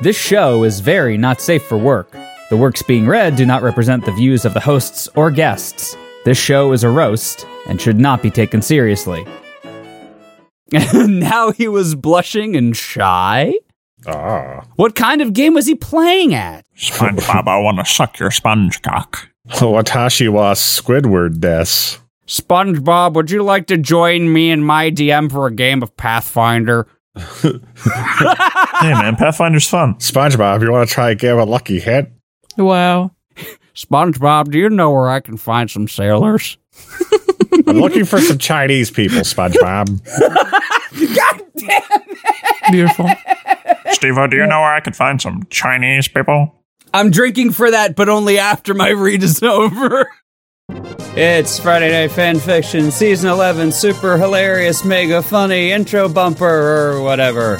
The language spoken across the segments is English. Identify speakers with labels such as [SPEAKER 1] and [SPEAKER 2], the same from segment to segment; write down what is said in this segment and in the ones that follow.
[SPEAKER 1] This show is very not safe for work. The works being read do not represent the views of the hosts or guests. This show is a roast and should not be taken seriously. now he was blushing and shy?
[SPEAKER 2] Ah.
[SPEAKER 1] What kind of game was he playing at?
[SPEAKER 3] SpongeBob, I want to suck your sponge cock.
[SPEAKER 2] Watashi wa Squidward des.
[SPEAKER 1] SpongeBob, would you like to join me and my DM for a game of Pathfinder?
[SPEAKER 3] Hey, man, Pathfinder's fun.
[SPEAKER 2] SpongeBob, you want to try and give a lucky hit?
[SPEAKER 4] Wow.
[SPEAKER 1] SpongeBob, do you know where I can find some sailors?
[SPEAKER 2] I'm looking for some Chinese people, SpongeBob.
[SPEAKER 4] Beautiful.
[SPEAKER 3] Steve, do you know where I could find some Chinese people?
[SPEAKER 1] I'm drinking for that, but only after my read is over. It's Friday Night Fanfiction, Season 11, super hilarious, mega funny intro bumper or whatever.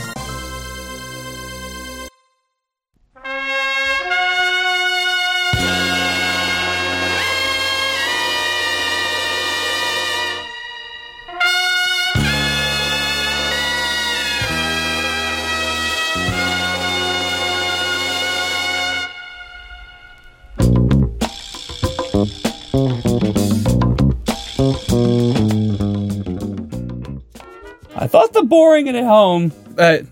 [SPEAKER 1] I thought the boring at home, but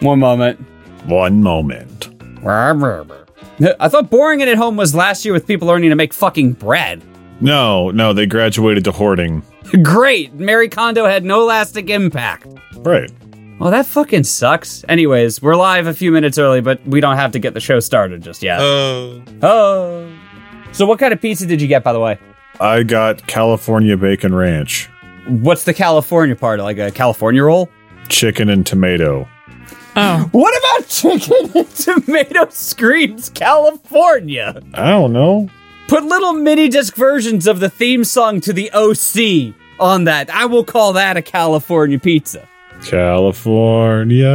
[SPEAKER 1] one moment.
[SPEAKER 2] One moment.
[SPEAKER 1] I thought boring it at home was last year with people learning to make fucking bread.
[SPEAKER 2] No, no, they graduated to hoarding.
[SPEAKER 1] Great, Mary Kondo had no lasting impact.
[SPEAKER 2] Right.
[SPEAKER 1] Well, that fucking sucks. Anyways, we're live a few minutes early, but we don't have to get the show started just yet.
[SPEAKER 5] Oh,
[SPEAKER 1] Oh. So, what kind of pizza did you get, by the way?
[SPEAKER 2] I got California Bacon Ranch,
[SPEAKER 1] What's the California part? Like a California roll?
[SPEAKER 2] chicken and tomato.
[SPEAKER 4] Oh,
[SPEAKER 1] What about chicken and tomato screams California?
[SPEAKER 2] I don't know.
[SPEAKER 1] Put little mini disc versions of the theme song to the OC on that. I will call that a California pizza.
[SPEAKER 2] California.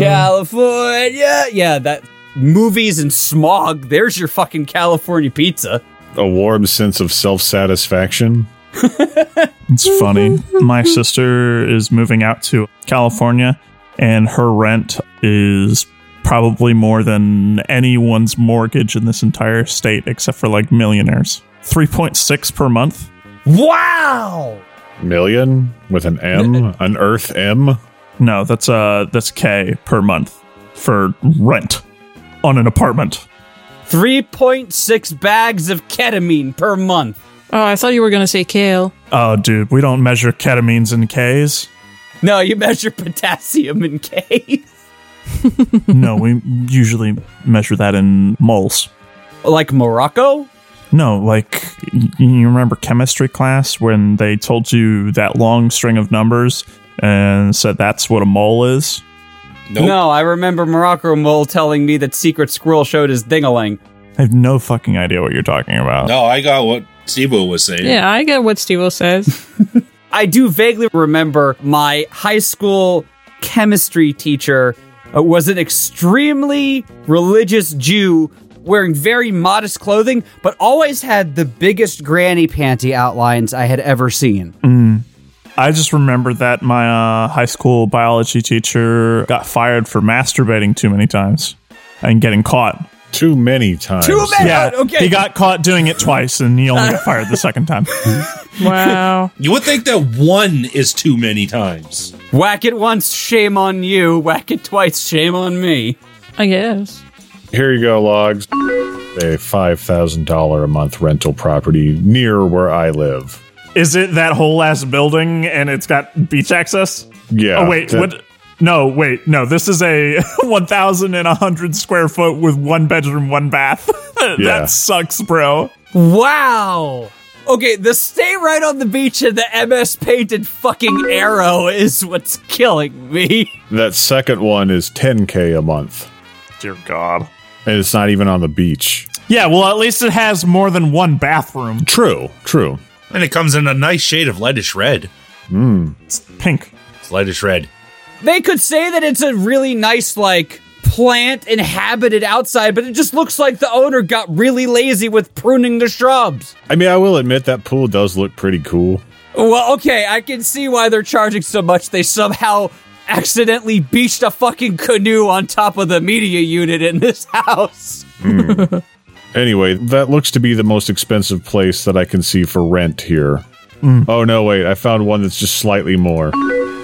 [SPEAKER 1] California. Yeah, that movies and smog. There's your fucking California pizza.
[SPEAKER 2] a warm sense of self satisfaction.
[SPEAKER 3] It's funny. My sister is moving out to California, and her rent is probably more than anyone's mortgage in this entire state, except for like millionaires. 3.6 per month.
[SPEAKER 1] Wow.
[SPEAKER 2] Million with an M, an Earth M.
[SPEAKER 3] No, that's uh that's K per month for rent on an apartment.
[SPEAKER 1] 3.6 bags of ketamine per month.
[SPEAKER 4] oh I thought you were going to say kale.
[SPEAKER 3] Oh dude, we don't measure ketamines in Ks.
[SPEAKER 1] No, you measure potassium in K.
[SPEAKER 3] no, we usually measure that in moles.
[SPEAKER 1] like Morocco?
[SPEAKER 3] No, like y- you remember chemistry class when they told you that long string of numbers and said that's what a mole is?
[SPEAKER 5] nope.
[SPEAKER 1] No, I remember Morocco Mole telling me that Secret Squirrel showed his dingaling.
[SPEAKER 3] I have no fucking idea what you're talking about.
[SPEAKER 5] No, I got what Steve was saying.
[SPEAKER 4] Yeah, I get what Steve says.
[SPEAKER 1] I do vaguely remember my high school chemistry teacher uh, was an extremely religious Jew wearing very modest clothing, but always had the biggest granny panty outlines I had ever seen.
[SPEAKER 3] I just remember that my uh, high school biology teacher got fired for masturbating too many times and getting caught.
[SPEAKER 2] Too many times.
[SPEAKER 1] Too many-
[SPEAKER 3] Yeah,
[SPEAKER 1] okay.
[SPEAKER 3] he got caught doing it twice and he only got fired the second time.
[SPEAKER 4] Wow.
[SPEAKER 5] You would think that one is too many times.
[SPEAKER 1] Whack it once, shame on you. Whack it twice, shame on me.
[SPEAKER 4] I guess.
[SPEAKER 2] Here you go, logs. A $5,000 a month rental property near where I live.
[SPEAKER 3] Is it that whole ass building and it's got beach access?
[SPEAKER 2] Yeah.
[SPEAKER 3] oh wait,
[SPEAKER 2] that-
[SPEAKER 3] what? No, wait, no. This is a one thousand and a hundred square foot with one bedroom, one bath.
[SPEAKER 2] Yeah.
[SPEAKER 3] that sucks, bro.
[SPEAKER 1] Wow. Okay, the stay right on the beach and the MS painted fucking arrow is what's killing me.
[SPEAKER 2] That second one is 10K a month.
[SPEAKER 3] Dear God.
[SPEAKER 2] And it's not even on the beach.
[SPEAKER 3] Yeah, well, at least it has more than one bathroom.
[SPEAKER 2] True, true.
[SPEAKER 5] And it comes in a nice shade of lightish red.
[SPEAKER 3] It's pink.
[SPEAKER 5] It's lightish red.
[SPEAKER 1] They could say that it's a really nice, like, plant inhabited outside, but it just looks like the owner got really lazy with pruning the shrubs.
[SPEAKER 2] I mean, I will admit that pool does look pretty cool.
[SPEAKER 1] Well, okay, I can see why they're charging so much. They somehow accidentally beached a fucking canoe on top of the media unit in this house.
[SPEAKER 2] Anyway, that looks to be the most expensive place that I can see for rent here.
[SPEAKER 3] Mm.
[SPEAKER 2] Oh no, wait, I found one that's just slightly more.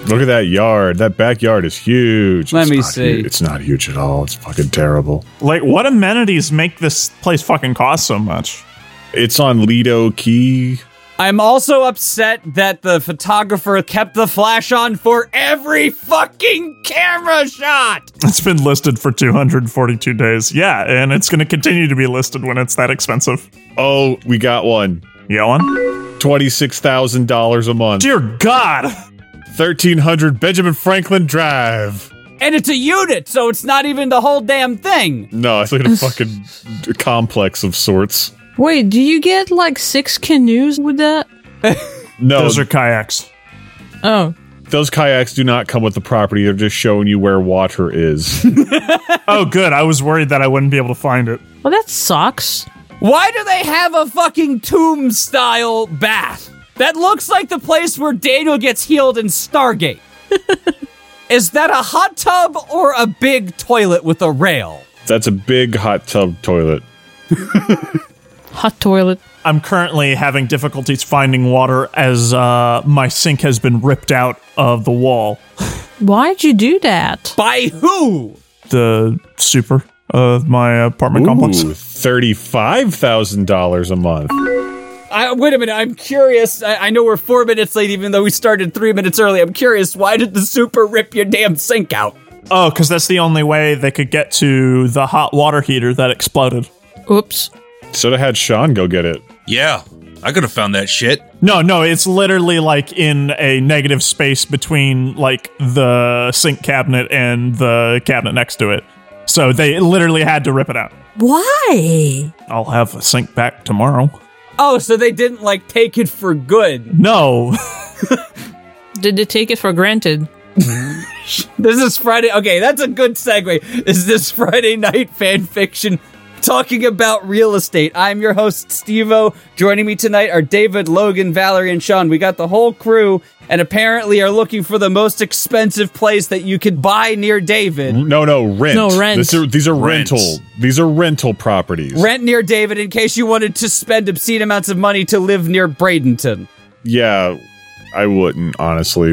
[SPEAKER 2] Look at that yard. That backyard is huge.
[SPEAKER 1] Let
[SPEAKER 2] It's
[SPEAKER 1] me
[SPEAKER 2] not
[SPEAKER 1] see.
[SPEAKER 2] hu- It's not huge at all. It's fucking terrible.
[SPEAKER 3] Like, what amenities make this place fucking cost so much?
[SPEAKER 2] It's on Lido Key.
[SPEAKER 1] I'm also upset that the photographer kept the flash on for every fucking camera shot.
[SPEAKER 3] It's been listed for 242 days. Yeah, and it's going to continue to be listed when it's that expensive.
[SPEAKER 2] Oh, we got one.
[SPEAKER 3] You got one?
[SPEAKER 2] $26,000 a month.
[SPEAKER 3] Dear God!
[SPEAKER 2] 1300 Benjamin Franklin Drive.
[SPEAKER 1] And it's a unit, so it's not even the whole damn thing.
[SPEAKER 2] No, it's like a fucking complex of sorts.
[SPEAKER 4] Wait, do you get like six canoes with that?
[SPEAKER 2] No,
[SPEAKER 3] Those are kayaks.
[SPEAKER 4] Oh,
[SPEAKER 2] those kayaks do not come with the property. They're just showing you where water is.
[SPEAKER 3] Oh, good. I was worried that I wouldn't be able to find it.
[SPEAKER 4] well, that sucks.
[SPEAKER 1] Why do they have a fucking tomb style bath? That looks like the place where Daniel gets healed in Stargate. Is that a hot tub or a big toilet with a rail?
[SPEAKER 2] That's a big hot tub toilet.
[SPEAKER 4] Hot toilet.
[SPEAKER 3] I'm currently having difficulties finding water as uh, my sink has been ripped out of the wall.
[SPEAKER 4] Why'd you do that?
[SPEAKER 1] By who?
[SPEAKER 3] The super of my apartment complex.
[SPEAKER 2] Ooh, $35,000 a month.
[SPEAKER 1] I, wait a minute, I'm curious. I, I know we're four minutes late, even though we started three minutes early. I'm curious, why did the super rip your damn sink out?
[SPEAKER 3] Oh, because that's the only way they could get to the hot water heater that exploded.
[SPEAKER 4] Oops.
[SPEAKER 2] Should have had Sean go get it.
[SPEAKER 5] Yeah, I could have found that shit.
[SPEAKER 3] No, no, it's literally like in a negative space between like the sink cabinet and the cabinet next to it. So they literally had to rip it out.
[SPEAKER 6] Why?
[SPEAKER 3] I'll have a sink back tomorrow.
[SPEAKER 1] Oh, so they didn't like take it for good.
[SPEAKER 3] No,
[SPEAKER 4] Did they take it for granted?
[SPEAKER 1] This is Friday. Okay, that's a good segue. Is this Friday night fan fiction talking about real estate? I'm your host, Stevo. Joining me tonight are David, Logan, Valerie, and Sean. We got the whole crew and apparently are looking for the most expensive place that you could buy near David.
[SPEAKER 2] No, no, rent.
[SPEAKER 4] No, rent.
[SPEAKER 2] This are, these are
[SPEAKER 5] Rent.
[SPEAKER 2] rental. These are rental properties.
[SPEAKER 1] Rent near David in case you wanted to spend obscene amounts of money to live near Bradenton.
[SPEAKER 2] Yeah, I wouldn't honestly,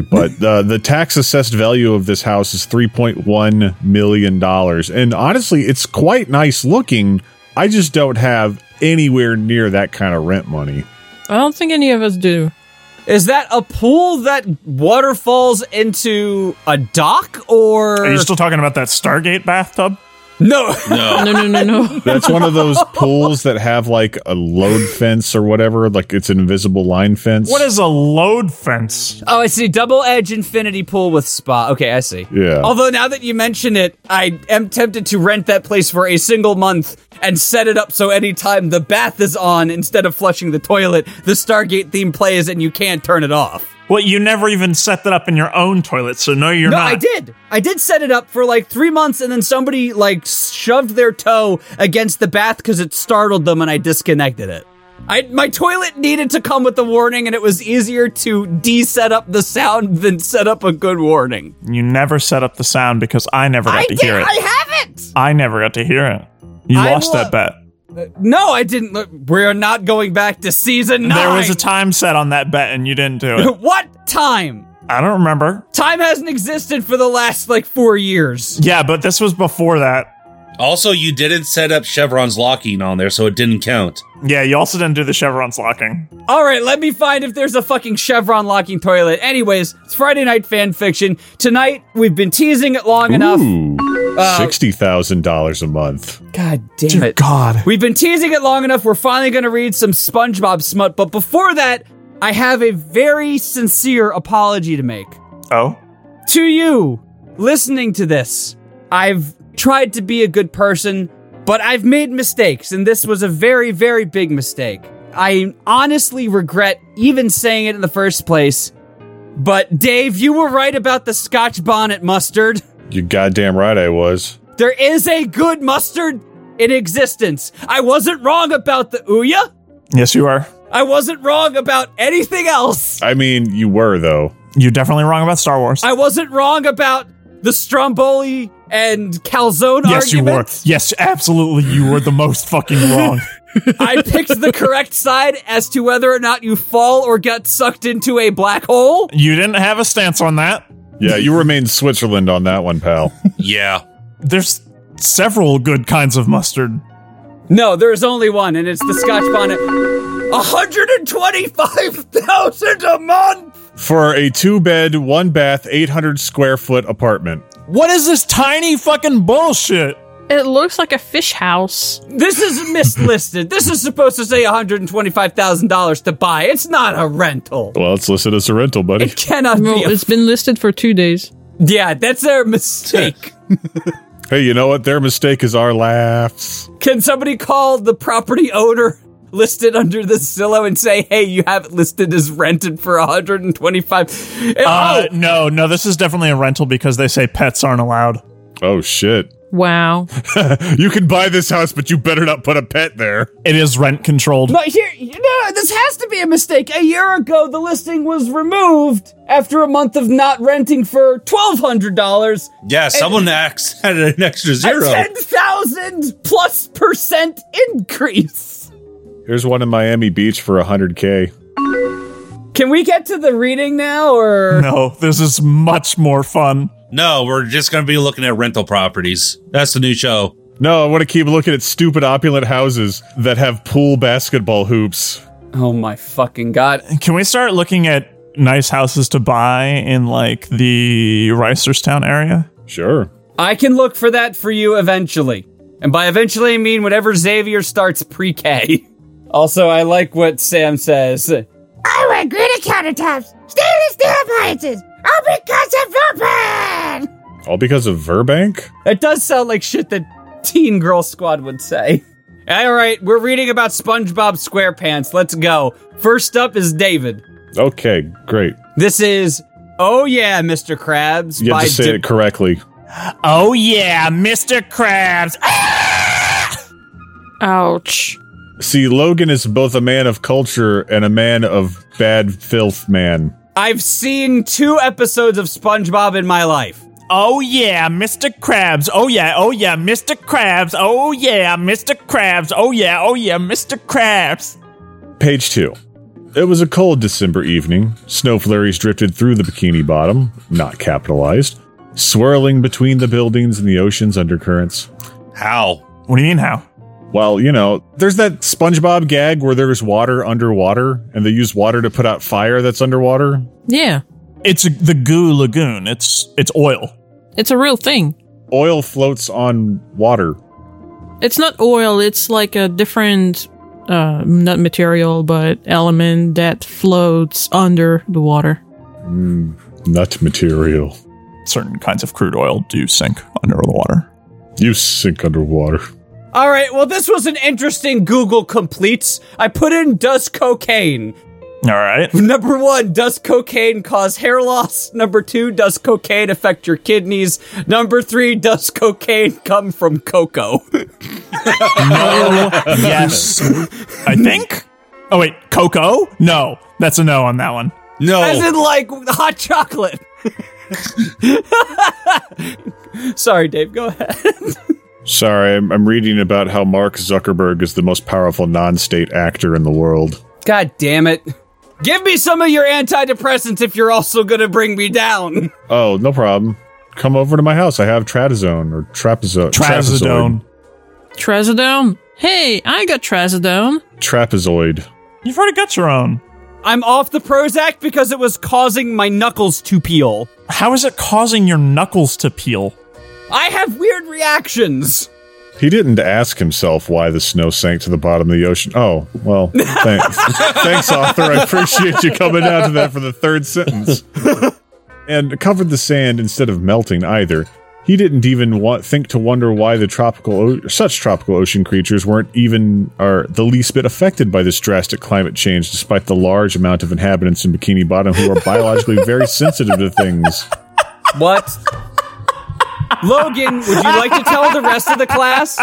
[SPEAKER 2] but uh, the tax assessed value of this house is three point one million dollars, and honestly, it's quite nice looking. I just don't have anywhere near that kind of rent money.
[SPEAKER 4] I don't think any of us do.
[SPEAKER 1] Is that a pool that waterfalls into a dock or
[SPEAKER 3] are you still talking about that Stargate bathtub?
[SPEAKER 1] no?
[SPEAKER 5] No.
[SPEAKER 4] No, no, no, no.
[SPEAKER 2] That's one of those pools that have like a load fence or whatever, like it's an invisible line fence.
[SPEAKER 3] What is a load fence?
[SPEAKER 1] Oh, I see. Double edge infinity pool with spa. Okay, I see.
[SPEAKER 2] Yeah.
[SPEAKER 1] Although now that you mention it, I am tempted to rent that place for a single month and set it up so anytime the bath is on, instead of flushing the toilet, the Stargate theme plays and you can't turn it off.
[SPEAKER 3] Well, you never even set that up in your own toilet, so no, you're
[SPEAKER 1] No,
[SPEAKER 3] not.
[SPEAKER 1] I did. I did set it up for like three months, and then somebody like shoved their toe against the bath because it startled them, and I disconnected it. I my toilet needed to come with a warning, and it was easier to de-set up the sound than set up a good warning.
[SPEAKER 3] You never set up the sound because I never got
[SPEAKER 1] I
[SPEAKER 3] to
[SPEAKER 1] did.
[SPEAKER 3] hear it.
[SPEAKER 1] I haven't.
[SPEAKER 3] I never got to hear it. You
[SPEAKER 1] I
[SPEAKER 3] lost
[SPEAKER 1] lo-
[SPEAKER 3] that bet.
[SPEAKER 1] No, I didn't. Look, We're not going back to season nine.
[SPEAKER 3] There was a time set on that bet, and you didn't do it.
[SPEAKER 1] what time?
[SPEAKER 3] I don't remember.
[SPEAKER 1] Time hasn't existed for the last like four years.
[SPEAKER 3] Yeah, but this was before that.
[SPEAKER 5] Also, you didn't set up Chevron's locking on there, so it didn't count.
[SPEAKER 3] Yeah, you also didn't do the chevrons locking.
[SPEAKER 1] All right, let me find if there's a fucking Chevron locking toilet. Anyways, it's Friday night fan fiction. Tonight we've been teasing it long enough.
[SPEAKER 2] Ooh,
[SPEAKER 3] Uh,
[SPEAKER 2] sixty thousand dollars a month.
[SPEAKER 1] God damn it.
[SPEAKER 3] God.
[SPEAKER 1] We've been teasing it long enough. We're finally going to read some SpongeBob smut, but before that, I have a very sincere apology to make.
[SPEAKER 3] Oh.
[SPEAKER 1] to you listening to this. I've tried to be a good person, but I've made mistakes, and this was a very, very big mistake. I honestly regret even saying it in the first place. But Dave, you were right about the Scotch bonnet mustard.
[SPEAKER 2] You goddamn right, I was.
[SPEAKER 1] There is a good mustard in existence. I wasn't wrong about the Ouya.
[SPEAKER 3] Yes, you are.
[SPEAKER 1] I wasn't wrong about anything else.
[SPEAKER 2] I mean, you were though.
[SPEAKER 3] You're definitely wrong about Star Wars.
[SPEAKER 1] I wasn't wrong about the Stromboli and calzone
[SPEAKER 3] yes, you were.
[SPEAKER 1] argument.
[SPEAKER 3] Yes, absolutely, you were the most fucking wrong.
[SPEAKER 1] I picked the correct side as to whether or not you fall or get sucked into a black hole.
[SPEAKER 3] You didn't have a stance on that.
[SPEAKER 2] Yeah, you remain Switzerland on that one, pal.
[SPEAKER 5] Yeah.
[SPEAKER 3] There's several good kinds of mustard.
[SPEAKER 1] No, there's only one, and it's the Scotch bonnet. 125,000 a month!
[SPEAKER 2] For a two bed, one bath, 800 square foot apartment.
[SPEAKER 3] What is this tiny fucking bullshit?
[SPEAKER 4] It looks like a fish house.
[SPEAKER 1] This is mislisted. this is supposed to say $125,000 to buy. It's not a rental.
[SPEAKER 2] Well, it's listed as a rental, buddy.
[SPEAKER 1] It cannot
[SPEAKER 4] Well,
[SPEAKER 1] be. A-
[SPEAKER 4] it's been listed for two days.
[SPEAKER 1] yeah, that's their mistake.
[SPEAKER 2] Hey, you know what? Their mistake is our laughs.
[SPEAKER 1] Can somebody call the property owner listed under the Zillow and say, hey, you have it listed as rented for 125?
[SPEAKER 3] Uh,
[SPEAKER 1] oh,
[SPEAKER 3] no, no, this is definitely a rental because they say pets aren't allowed.
[SPEAKER 2] Oh, shit.
[SPEAKER 4] Wow.
[SPEAKER 2] You can buy this house, but you better not put a pet there.
[SPEAKER 3] It is rent controlled.
[SPEAKER 1] no, here, no, this has to be a mistake. A year ago, the listing was removed after a month of not renting for $1,200.
[SPEAKER 5] Yeah, someone ax- had an extra
[SPEAKER 1] A
[SPEAKER 5] zero.
[SPEAKER 1] 10,000 plus percent increase.
[SPEAKER 2] Here's one in Miami Beach for 100K.
[SPEAKER 1] Can we get to the reading now, or?
[SPEAKER 3] No, this is much more fun.
[SPEAKER 5] No, we're just going to be looking at rental properties. That's the new show.
[SPEAKER 2] No, I want to keep looking at stupid opulent houses that have pool basketball hoops.
[SPEAKER 1] Oh my fucking god.
[SPEAKER 3] Can we start looking at nice houses to buy in like the Reisterstown area?
[SPEAKER 2] Sure.
[SPEAKER 1] I can look for that for you eventually. And by eventually, I mean whenever Xavier starts pre K. Also, I like what Sam says.
[SPEAKER 6] I want granite countertops, stainless steel appliances, all because of your plan!
[SPEAKER 2] All because of Verbank?
[SPEAKER 1] That does sound like shit that Teen Girl Squad would say. All right, we're reading about SpongeBob SquarePants. Let's go. First up is David.
[SPEAKER 2] Okay, great.
[SPEAKER 1] This is Oh Yeah, Mr. Krabs
[SPEAKER 2] You have
[SPEAKER 1] by
[SPEAKER 2] to say
[SPEAKER 1] Dip-
[SPEAKER 2] it correctly.
[SPEAKER 3] Oh yeah, Mr. Krabs.
[SPEAKER 4] Ouch.
[SPEAKER 2] See, Logan is both a man of culture and a man of bad filth man.
[SPEAKER 1] I've seen two episodes of SpongeBob in my life.
[SPEAKER 3] Oh yeah, Mr. Krabs. Oh yeah, oh yeah, Mr. Krabs. Oh yeah, Mr. Krabs. Oh yeah, oh yeah, Mr. Krabs.
[SPEAKER 2] Page two. It was a cold December evening. Snow flurries drifted through the bikini bottom, not capitalized, swirling between the buildings and the ocean's undercurrents.
[SPEAKER 5] How?
[SPEAKER 3] What do you mean how?
[SPEAKER 2] Well, you know, there's that SpongeBob gag where there's water underwater and they use water to put out fire that's underwater.
[SPEAKER 4] Yeah.
[SPEAKER 3] It's a, the goo lagoon. It's it's oil.
[SPEAKER 4] It's a real thing.
[SPEAKER 2] Oil floats on water.
[SPEAKER 4] It's not oil, it's like a different, uh, not material, but element that floats under the water.
[SPEAKER 2] Nut material.
[SPEAKER 3] Certain kinds of crude oil do sink under the water.
[SPEAKER 2] You sink underwater.
[SPEAKER 1] All right, well, this was an interesting Google completes. I put in does cocaine.
[SPEAKER 3] All right.
[SPEAKER 1] Number one, does cocaine cause hair loss? Number two, does cocaine affect your kidneys? Number three, does cocaine come from cocoa?
[SPEAKER 3] No. yes. I think. Oh wait, cocoa? No, that's a no on that one.
[SPEAKER 1] As
[SPEAKER 5] No.
[SPEAKER 1] in, like, hot chocolate. Sorry, Dave, go ahead.
[SPEAKER 2] Sorry, I'm, I'm reading about how Mark Zuckerberg is the most powerful non state actor in the world.
[SPEAKER 1] God damn it. Give me some of your antidepressants if you're also gonna bring me down.
[SPEAKER 2] Oh, no problem. Come over to my house. I have Tradazone or Trapezo-
[SPEAKER 3] Trazodone.
[SPEAKER 4] Trazodone? Hey, I got Trazodone.
[SPEAKER 2] Trapezoid. Trapezoid.
[SPEAKER 3] You've already got your own.
[SPEAKER 1] I'm off the Prozac because it was causing my knuckles to peel.
[SPEAKER 3] How is it causing your knuckles to peel?
[SPEAKER 1] I have weird reactions.
[SPEAKER 2] He didn't ask himself why the snow sank to the bottom of the ocean. Oh, well, thanks. thanks, author. I appreciate you coming down to that for the third sentence. and covered the sand instead of melting either. He didn't even wa- think to wonder why the tropical, o- such tropical ocean creatures weren't even are the least bit affected by this drastic climate change, despite the large amount of inhabitants in Bikini Bottom who are biologically very sensitive to things.
[SPEAKER 1] What? Logan, would you like to tell the rest of the class?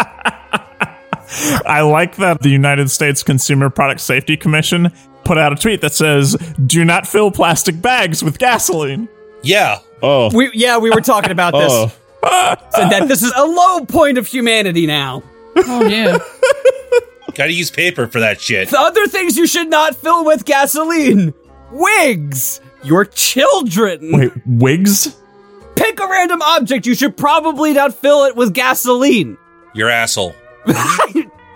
[SPEAKER 3] I like that the United States Consumer Product Safety Commission put out a tweet that says, "Do not fill plastic bags with gasoline."
[SPEAKER 5] Yeah.
[SPEAKER 2] Oh,
[SPEAKER 1] We yeah, we were talking about this.
[SPEAKER 2] oh,
[SPEAKER 1] Said that this is a low point of humanity now.
[SPEAKER 4] Oh yeah.
[SPEAKER 5] Gotta use paper for that shit.
[SPEAKER 1] The other things you should not fill with gasoline: wigs, your children.
[SPEAKER 3] Wait, wigs?
[SPEAKER 1] Pick a random object. You should probably not fill it with gasoline.
[SPEAKER 5] Your asshole.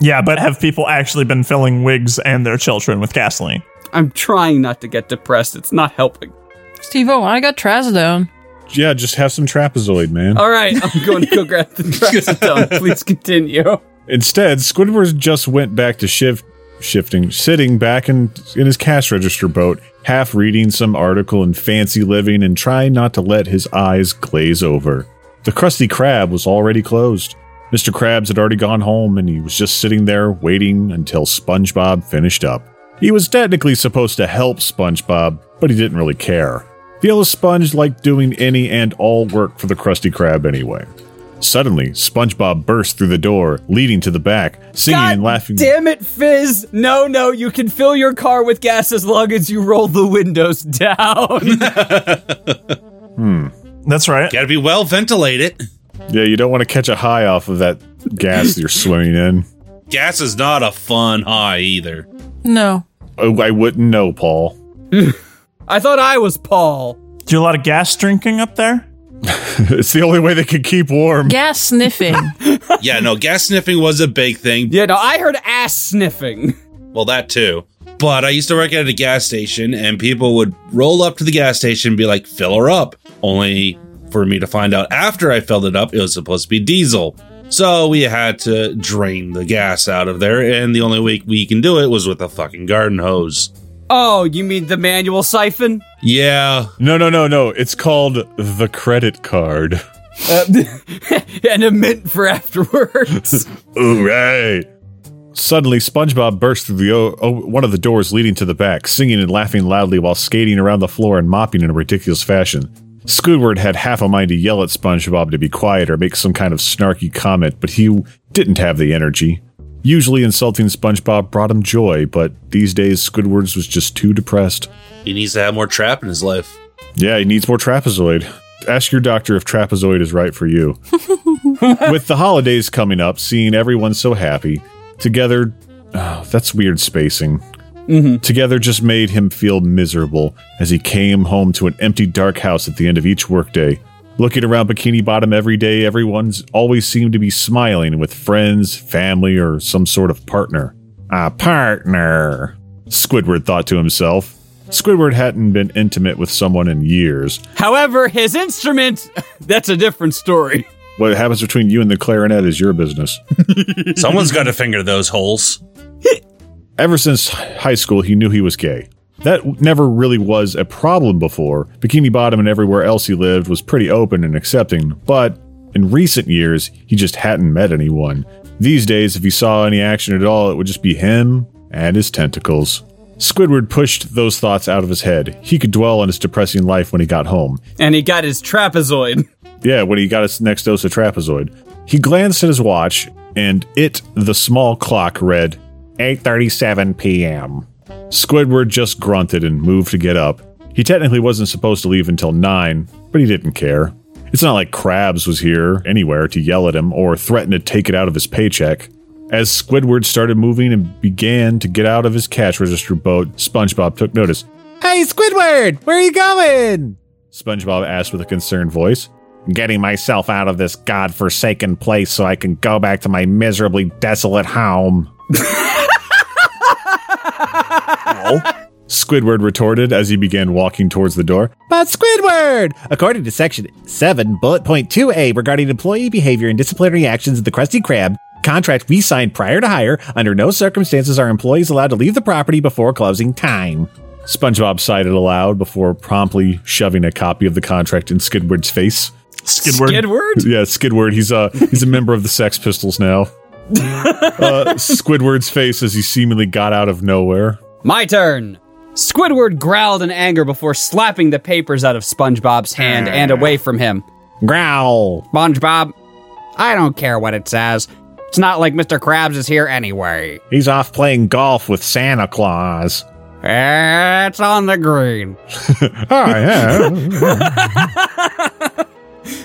[SPEAKER 3] Yeah, but have people actually been filling wigs and their children with gasoline?
[SPEAKER 1] I'm trying not to get depressed. It's not helping.
[SPEAKER 4] Steve O, I got Trazodone.
[SPEAKER 2] yeah, just have some trapezoid, man.
[SPEAKER 1] All right, I'm going to go grab the trazodone. Please continue.
[SPEAKER 2] Instead, Squidward just went back to shift shifting, sitting back in in his cash register boat, half reading some article in Fancy Living and trying not to let his eyes glaze over. The Krusty Crab was already closed. Mr. Krabs had already gone home and he was just sitting there waiting until SpongeBob finished up. He was technically supposed to help SpongeBob, but he didn't really care. The yellow sponge liked doing any and all work for the Krusty Krab anyway. Suddenly, SpongeBob burst through the door, leading to the back, singing and laughing.
[SPEAKER 1] Damn it, Fizz! No, no, you can fill your car with gas as long as you roll the windows down.
[SPEAKER 3] That's right.
[SPEAKER 5] Gotta be well ventilated.
[SPEAKER 2] Yeah, you don't want to catch a high off of that gas you're swimming in.
[SPEAKER 5] Gas is not a fun high either.
[SPEAKER 4] No.
[SPEAKER 2] Oh, I wouldn't know, Paul.
[SPEAKER 1] I thought I was Paul.
[SPEAKER 3] Do a lot of gas drinking up there?
[SPEAKER 2] It's the only way they could keep warm.
[SPEAKER 4] Gas sniffing.
[SPEAKER 5] Yeah, no, gas sniffing was a big thing.
[SPEAKER 1] Yeah, no, I heard ass sniffing.
[SPEAKER 5] Well, that too. But I used to work at a gas station, and people would roll up to the gas station and be like, fill her up. Only for me to find out after I filled it up, it was supposed to be diesel. So we had to drain the gas out of there, and the only way we can do it was with a fucking garden hose.
[SPEAKER 1] Oh, you mean the manual siphon?
[SPEAKER 5] Yeah,
[SPEAKER 2] No, no, no, no. It's called the credit card.
[SPEAKER 1] and a mint for afterwards.
[SPEAKER 2] All right. Suddenly, SpongeBob burst through the o- o- one of the doors leading to the back, singing and laughing loudly while skating around the floor and mopping in a ridiculous fashion. Squidward had half a mind to yell at SpongeBob to be quiet or make some kind of snarky comment, but he didn't have the energy. Usually, insulting SpongeBob brought him joy, but these days Squidward's was just too depressed.
[SPEAKER 5] he needs to have more trap in his life.
[SPEAKER 2] Yeah, he needs more trapezoid. Ask your doctor if trapezoid is right for you. With the holidays coming up, seeing everyone so happy, together, oh, that's weird spacing. Together just made him feel miserable as he came home to an empty dark house at the end of each workday. Looking around Bikini Bottom every day, everyone's always seemed to be smiling with friends, family, or some sort of partner. A partner, Squidward thought to himself. Squidward hadn't been intimate with someone in years.
[SPEAKER 1] However, his instrument, that's a different story.
[SPEAKER 2] What happens between you and the clarinet is your business.
[SPEAKER 5] Someone's got to finger those holes.
[SPEAKER 2] Ever since high school, he knew he was gay. That never really was a problem before. Bikini Bottom and everywhere else he lived was pretty open and accepting, but in recent years, he just hadn't met anyone. These days, if he saw any action at all, it would just be him and his tentacles. Squidward pushed those thoughts out of his head. He could dwell on his depressing life when he got home.
[SPEAKER 1] And he got his trapezoid.
[SPEAKER 2] Yeah, when he got his next dose of trapezoid. He glanced at his watch, and it, the small clock, read 8.37 p.m. Squidward just grunted and moved to get up. He technically wasn't supposed to leave until 9, but he didn't care. It's not like Krabs was here anywhere to yell at him or threaten to take it out of his paycheck. As Squidward started moving and began to get out of his cash register boat, SpongeBob took notice. Hey, Squidward, where are you going? SpongeBob asked with a concerned voice. Getting myself out of this godforsaken place so I can go back to my miserably desolate home. Squidward retorted as he began walking towards the door. But Squidward! According to Section 7, Bullet Point 2A regarding employee behavior and disciplinary actions of the Krusty Krab, contract we signed prior to hire, under no circumstances are employees allowed to leave the property before closing time. SpongeBob sighed aloud before promptly shoving a copy of the contract in Squidward's face.
[SPEAKER 3] Skidward.
[SPEAKER 1] Edward?
[SPEAKER 2] Yeah, Squidward. He's a he's a member of the Sex Pistols now. uh, Squidward's face as he seemingly got out of nowhere.
[SPEAKER 1] My turn. Squidward growled in anger before slapping the papers out of SpongeBob's hand and away from him.
[SPEAKER 2] Growl.
[SPEAKER 1] SpongeBob, I don't care what it says. It's not like Mr. Krabs is here anyway.
[SPEAKER 2] He's off playing golf with Santa Claus.
[SPEAKER 1] It's on the green.
[SPEAKER 2] Ah, yeah.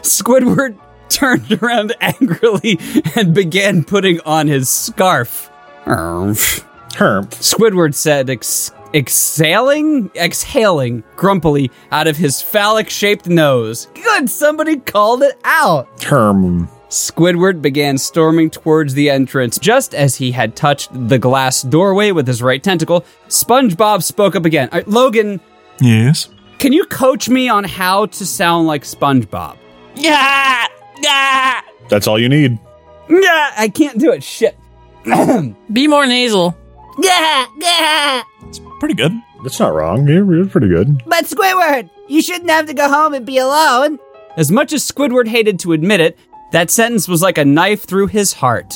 [SPEAKER 1] Squidward turned around angrily and began putting on his scarf. Ermph.
[SPEAKER 2] Herp.
[SPEAKER 1] Squidward said, ex- exhaling, exhaling grumpily out of his phallic shaped nose. Good, somebody called it out.
[SPEAKER 2] Term.
[SPEAKER 1] Squidward began storming towards the entrance just as he had touched the glass doorway with his right tentacle. SpongeBob spoke up again. All right, Logan,
[SPEAKER 3] Yes.
[SPEAKER 1] can you coach me on how to sound like SpongeBob? Yeah, yeah,
[SPEAKER 2] That's all you need.
[SPEAKER 1] yeah. I can't do it. Shit.
[SPEAKER 4] Be more nasal.
[SPEAKER 6] Yeah, yeah.
[SPEAKER 3] Pretty good.
[SPEAKER 2] That's not wrong. You're, you're pretty good.
[SPEAKER 6] But Squidward, you shouldn't have to go home and be alone.
[SPEAKER 1] As much as Squidward hated to admit it, that sentence was like a knife through his heart.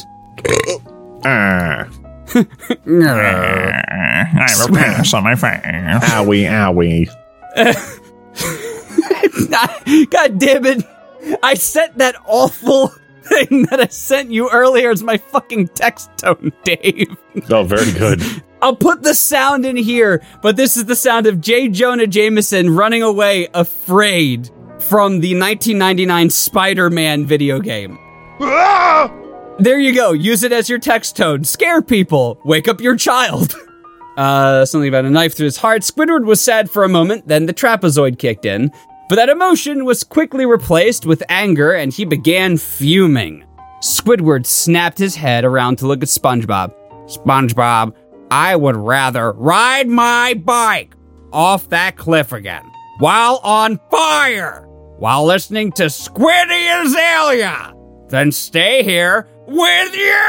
[SPEAKER 2] Ah.
[SPEAKER 3] I have a penis on my face.
[SPEAKER 2] Owie, owie.
[SPEAKER 1] God damn it! I sent that awful thing that I sent you earlier as my fucking text tone, Dave.
[SPEAKER 2] Oh, very good.
[SPEAKER 1] I'll put the sound in here, but this is the sound of J. Jonah Jameson running away afraid from the 1999 Spider Man video game. There you go. Use it as your text tone. Scare people. Wake up your child. Uh, something about a knife through his heart. Squidward was sad for a moment, then the trapezoid kicked in. But that emotion was quickly replaced with anger, and he began fuming. Squidward snapped his head around to look at SpongeBob. SpongeBob, I would rather ride my bike off that cliff again while on fire while listening to Squiddy Azalea than stay here with you!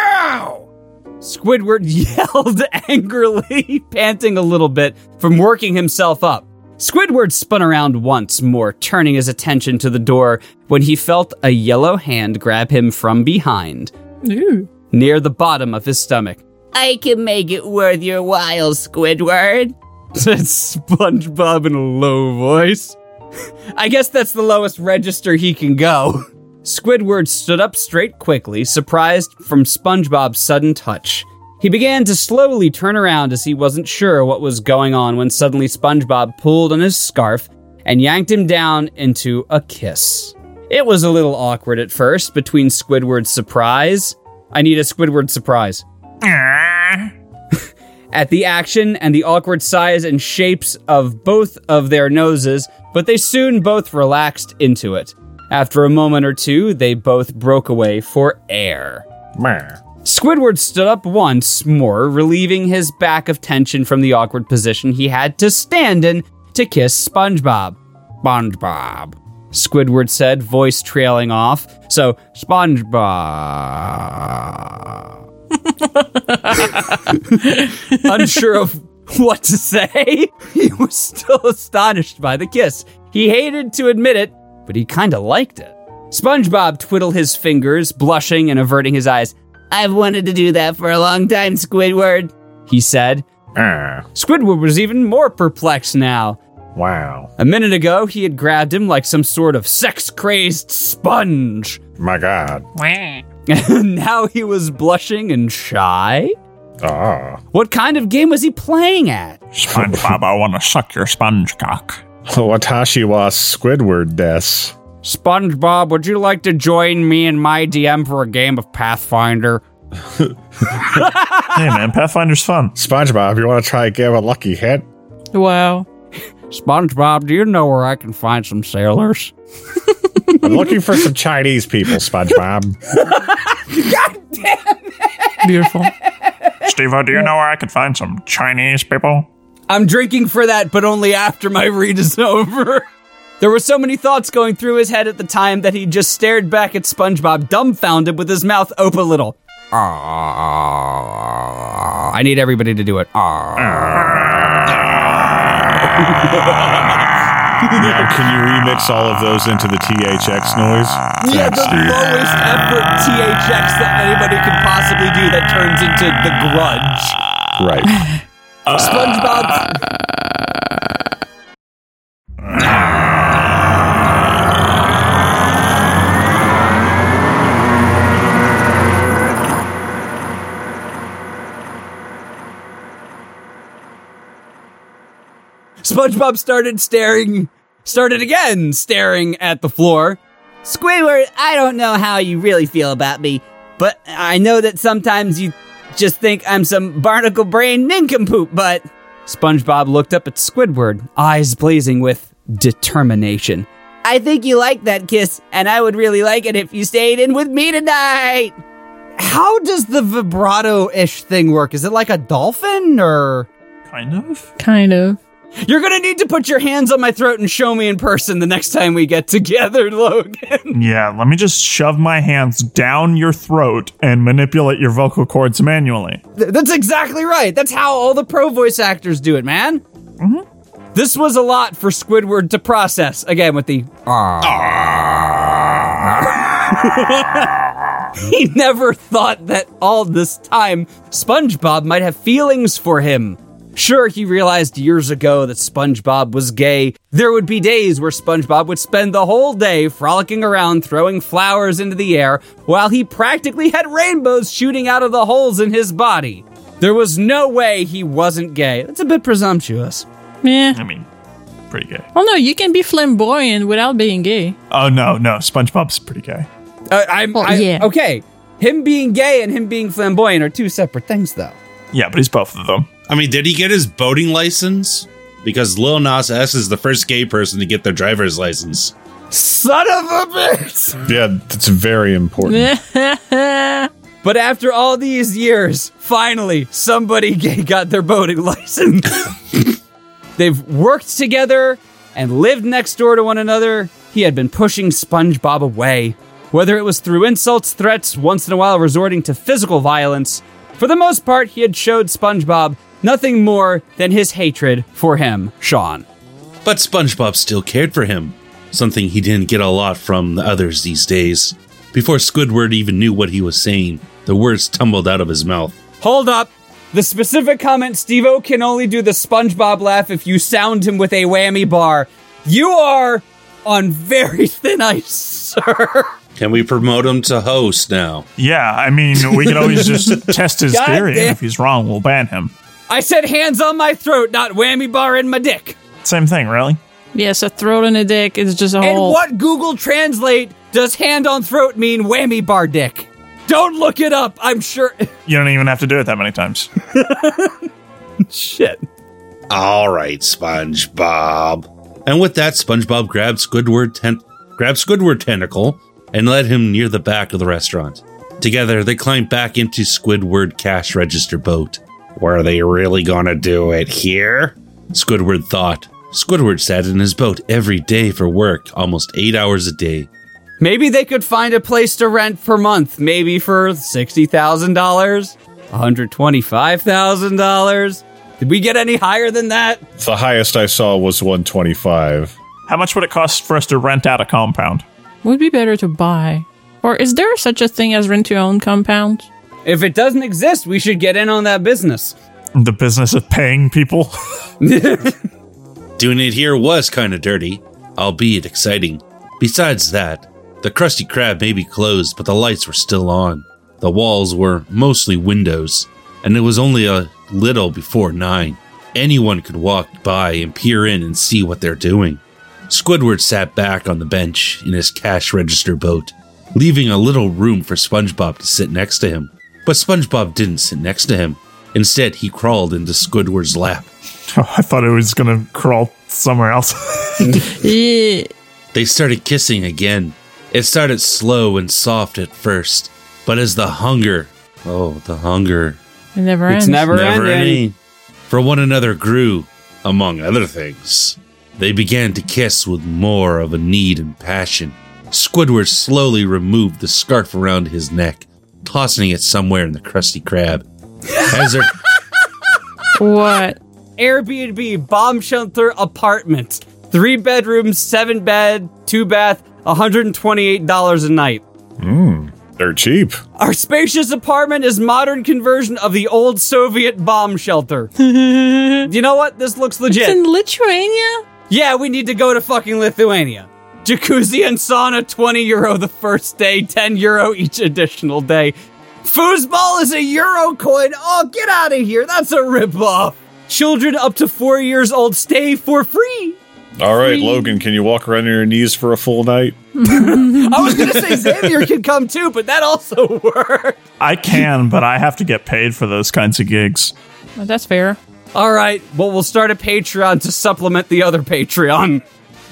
[SPEAKER 1] Squidward yelled angrily, panting a little bit from working himself up. Squidward spun around once more, turning his attention to the door when he felt a yellow hand grab him from behind,
[SPEAKER 4] Ooh.
[SPEAKER 1] near the bottom of his stomach.
[SPEAKER 6] I can make it worth your while, Squidward.
[SPEAKER 1] said SpongeBob in a low voice. I guess that's the lowest register he can go. Squidward stood up straight quickly, surprised from SpongeBob's sudden touch. He began to slowly turn around as he wasn't sure what was going on when suddenly SpongeBob pulled on his scarf and yanked him down into a kiss. It was a little awkward at first between Squidward's surprise. I need a Squidward surprise at the action and the awkward size and shapes of both of their noses, but they soon both relaxed into it. After a moment or two, they both broke away for air.
[SPEAKER 2] Meh.
[SPEAKER 1] Squidward stood up once more, relieving his back of tension from the awkward position he had to stand in to kiss SpongeBob. SpongeBob. Squidward said, voice trailing off. So, SpongeBob. Unsure of what to say, he was still astonished by the kiss. He hated to admit it, but he kinda liked it. SpongeBob twiddled his fingers, blushing and averting his eyes.
[SPEAKER 6] I've wanted to do that for a long time, Squidward.
[SPEAKER 1] he said.
[SPEAKER 2] Ah.
[SPEAKER 1] Squidward was even more perplexed now.
[SPEAKER 2] Wow.
[SPEAKER 1] A minute ago, he had grabbed him like some sort of sex crazed sponge.
[SPEAKER 2] My God.
[SPEAKER 1] And now he was blushing and shy?
[SPEAKER 2] Ah.
[SPEAKER 1] What kind of game was he playing at?
[SPEAKER 3] SpongeBob, I want to suck your sponge cock.
[SPEAKER 2] Watashi wa Squidward des.
[SPEAKER 1] SpongeBob, would you like to join me and my DM for a game of Pathfinder?
[SPEAKER 3] Hey, man, Pathfinder's fun.
[SPEAKER 2] SpongeBob, you want to try give a lucky hit?
[SPEAKER 4] Wow.
[SPEAKER 1] SpongeBob, do you know where I can find some sailors?
[SPEAKER 2] I'm looking for some Chinese people, SpongeBob.
[SPEAKER 4] Beautiful.
[SPEAKER 3] Steve, do you know where I could find some Chinese people?
[SPEAKER 1] I'm drinking for that, but only after my read is over. There were so many thoughts going through his head at the time that he just stared back at SpongeBob, dumbfounded, with his mouth open a little. Ah, I need everybody to do it. Ah.
[SPEAKER 2] now, can you remix all of those into the THX noise?
[SPEAKER 1] Yeah, the lowest effort THX that anybody could possibly do that turns into the grudge.
[SPEAKER 2] Right.
[SPEAKER 1] SpongeBob. SpongeBob started staring, started again staring at the floor. Squidward, I don't know how you really feel about me, but I know that sometimes you just think I'm some barnacle brain nincompoop, but. SpongeBob looked up at Squidward, eyes blazing with determination. I think you like that kiss, and I would really like it if you stayed in with me tonight. How does the vibrato ish thing work? Is it like a dolphin or.
[SPEAKER 3] Kind of.
[SPEAKER 4] Kind of.
[SPEAKER 1] You're gonna need to put your hands on my throat and show me in person the next time we get together, Logan.
[SPEAKER 3] Yeah, let me just shove my hands down your throat and manipulate your vocal cords manually.
[SPEAKER 1] Th- That's exactly right. That's how all the pro voice actors do it, man. This was a lot for Squidward to process. Again, with the he never thought that all this time SpongeBob might have feelings for him. Sure, he realized years ago that SpongeBob was gay. There would be days where SpongeBob would spend the whole day frolicking around throwing flowers into the air while he practically had rainbows shooting out of the holes in his body. There was no way he wasn't gay. That's a bit presumptuous.
[SPEAKER 4] Yeah.
[SPEAKER 3] I mean, pretty gay.
[SPEAKER 4] Well, no, you can be flamboyant without being gay.
[SPEAKER 3] Oh, no, no. SpongeBob's pretty gay.
[SPEAKER 1] Uh, I'm
[SPEAKER 4] Well,
[SPEAKER 1] I-
[SPEAKER 4] yeah.
[SPEAKER 1] okay. Him being gay and him being flamboyant are two separate things, though.
[SPEAKER 3] Yeah, but he's both of them.
[SPEAKER 5] I mean, did he get his boating license? Because Lil Nas S is the first gay person to get their driver's license.
[SPEAKER 1] Son of a bitch!
[SPEAKER 2] Yeah, that's very important.
[SPEAKER 1] But after all these years, finally, somebody gay got their boating license. They've worked together and lived next door to one another. He had been pushing SpongeBob away. Whether it was through insults, threats, once in a while resorting to physical violence, for the most part, he had showed SpongeBob nothing more than his hatred for him, Sean.
[SPEAKER 5] But SpongeBob still cared for him, something he didn't get a lot from the others these days. Before Squidward even knew what he was saying, the words tumbled out of his mouth.
[SPEAKER 1] Hold up. The specific comment Steve O can only do the SpongeBob laugh if you sound him with a whammy bar. You are on very thin ice, sir.
[SPEAKER 5] Can we promote him to host now?
[SPEAKER 3] Yeah, I mean, we could always just test his
[SPEAKER 1] God
[SPEAKER 3] theory.
[SPEAKER 1] damn.
[SPEAKER 3] And if he's wrong, we'll ban him.
[SPEAKER 1] I said hands on my throat, not whammy bar in my dick.
[SPEAKER 3] Same thing, really.
[SPEAKER 4] yes, a throat and a dick is just a
[SPEAKER 1] And
[SPEAKER 4] whole.
[SPEAKER 1] what Google Translate does hand on throat mean whammy bar dick? Don't look it up. I'm sure.
[SPEAKER 3] You don't even have to do it that many times.
[SPEAKER 1] Shit.
[SPEAKER 5] All right, SpongeBob. And with that, SpongeBob grabbed Squidward ten- grabbed Squidward tentacle and led him near the back of the restaurant. Together, they climbed back into Squidward cash register boat. Were they really gonna do it here? Squidward thought. Squidward sat in his boat every day for work, almost eight hours a day.
[SPEAKER 1] Maybe they could find a place to rent per month, maybe for $60,000, $125,000. Did we get any higher than that?
[SPEAKER 2] The highest I saw was 125.
[SPEAKER 3] How much would it cost for us to rent out a compound?
[SPEAKER 4] Would be better to buy. Or is there such a thing as rent to own compound?
[SPEAKER 1] If it doesn't exist, we should get in on that business.
[SPEAKER 3] The business of paying people?
[SPEAKER 5] Doing it here was kind of dirty, albeit exciting. Besides that, the Krusty Krab may be closed, but the lights were still on. The walls were mostly windows, and it was only a little before nine. Anyone could walk by and peer in and see what they're doing. Squidward sat back on the bench in his cash register boat, leaving a little room for SpongeBob to sit next to him. But SpongeBob didn't sit next to him. Instead, he crawled into Squidward's lap.
[SPEAKER 3] Oh, I thought it was going to crawl somewhere else.
[SPEAKER 4] Yeah.
[SPEAKER 5] They started kissing again. It started slow and soft at first, but as the hunger, oh, the hunger,
[SPEAKER 4] It never
[SPEAKER 1] It's
[SPEAKER 4] ends.
[SPEAKER 1] never,
[SPEAKER 5] never
[SPEAKER 1] ending.
[SPEAKER 5] ending, for one another grew, among other things, they began to kiss with more of a need and passion. Squidward slowly removed the scarf around his neck, tossing it somewhere in the crusty crab. As their
[SPEAKER 4] What?
[SPEAKER 1] Airbnb bomb shelter apartment. Three bedrooms, seven bed, two bath, $128 a night.
[SPEAKER 2] They're cheap.
[SPEAKER 1] Our spacious apartment is modern conversion of the old Soviet bomb shelter. you know what? This looks legit.
[SPEAKER 4] It's in Lithuania?
[SPEAKER 1] yeah, we need to go to fucking Lithuania. Jacuzzi and sauna, 20 euro the first day, 10 euro each additional day. Foosball is a euro coin. Oh, get out of here. That's a ripoff. Children up to four years old stay for free.
[SPEAKER 2] All right, Logan, can you walk around on your knees for a full night?
[SPEAKER 1] I was going to say Xavier could come too, but that also worked.
[SPEAKER 3] I can, but I have to get paid for those kinds of gigs.
[SPEAKER 4] Well, Oh, that's fair.
[SPEAKER 1] All right, well, we'll start a Patreon to supplement the other Patreon.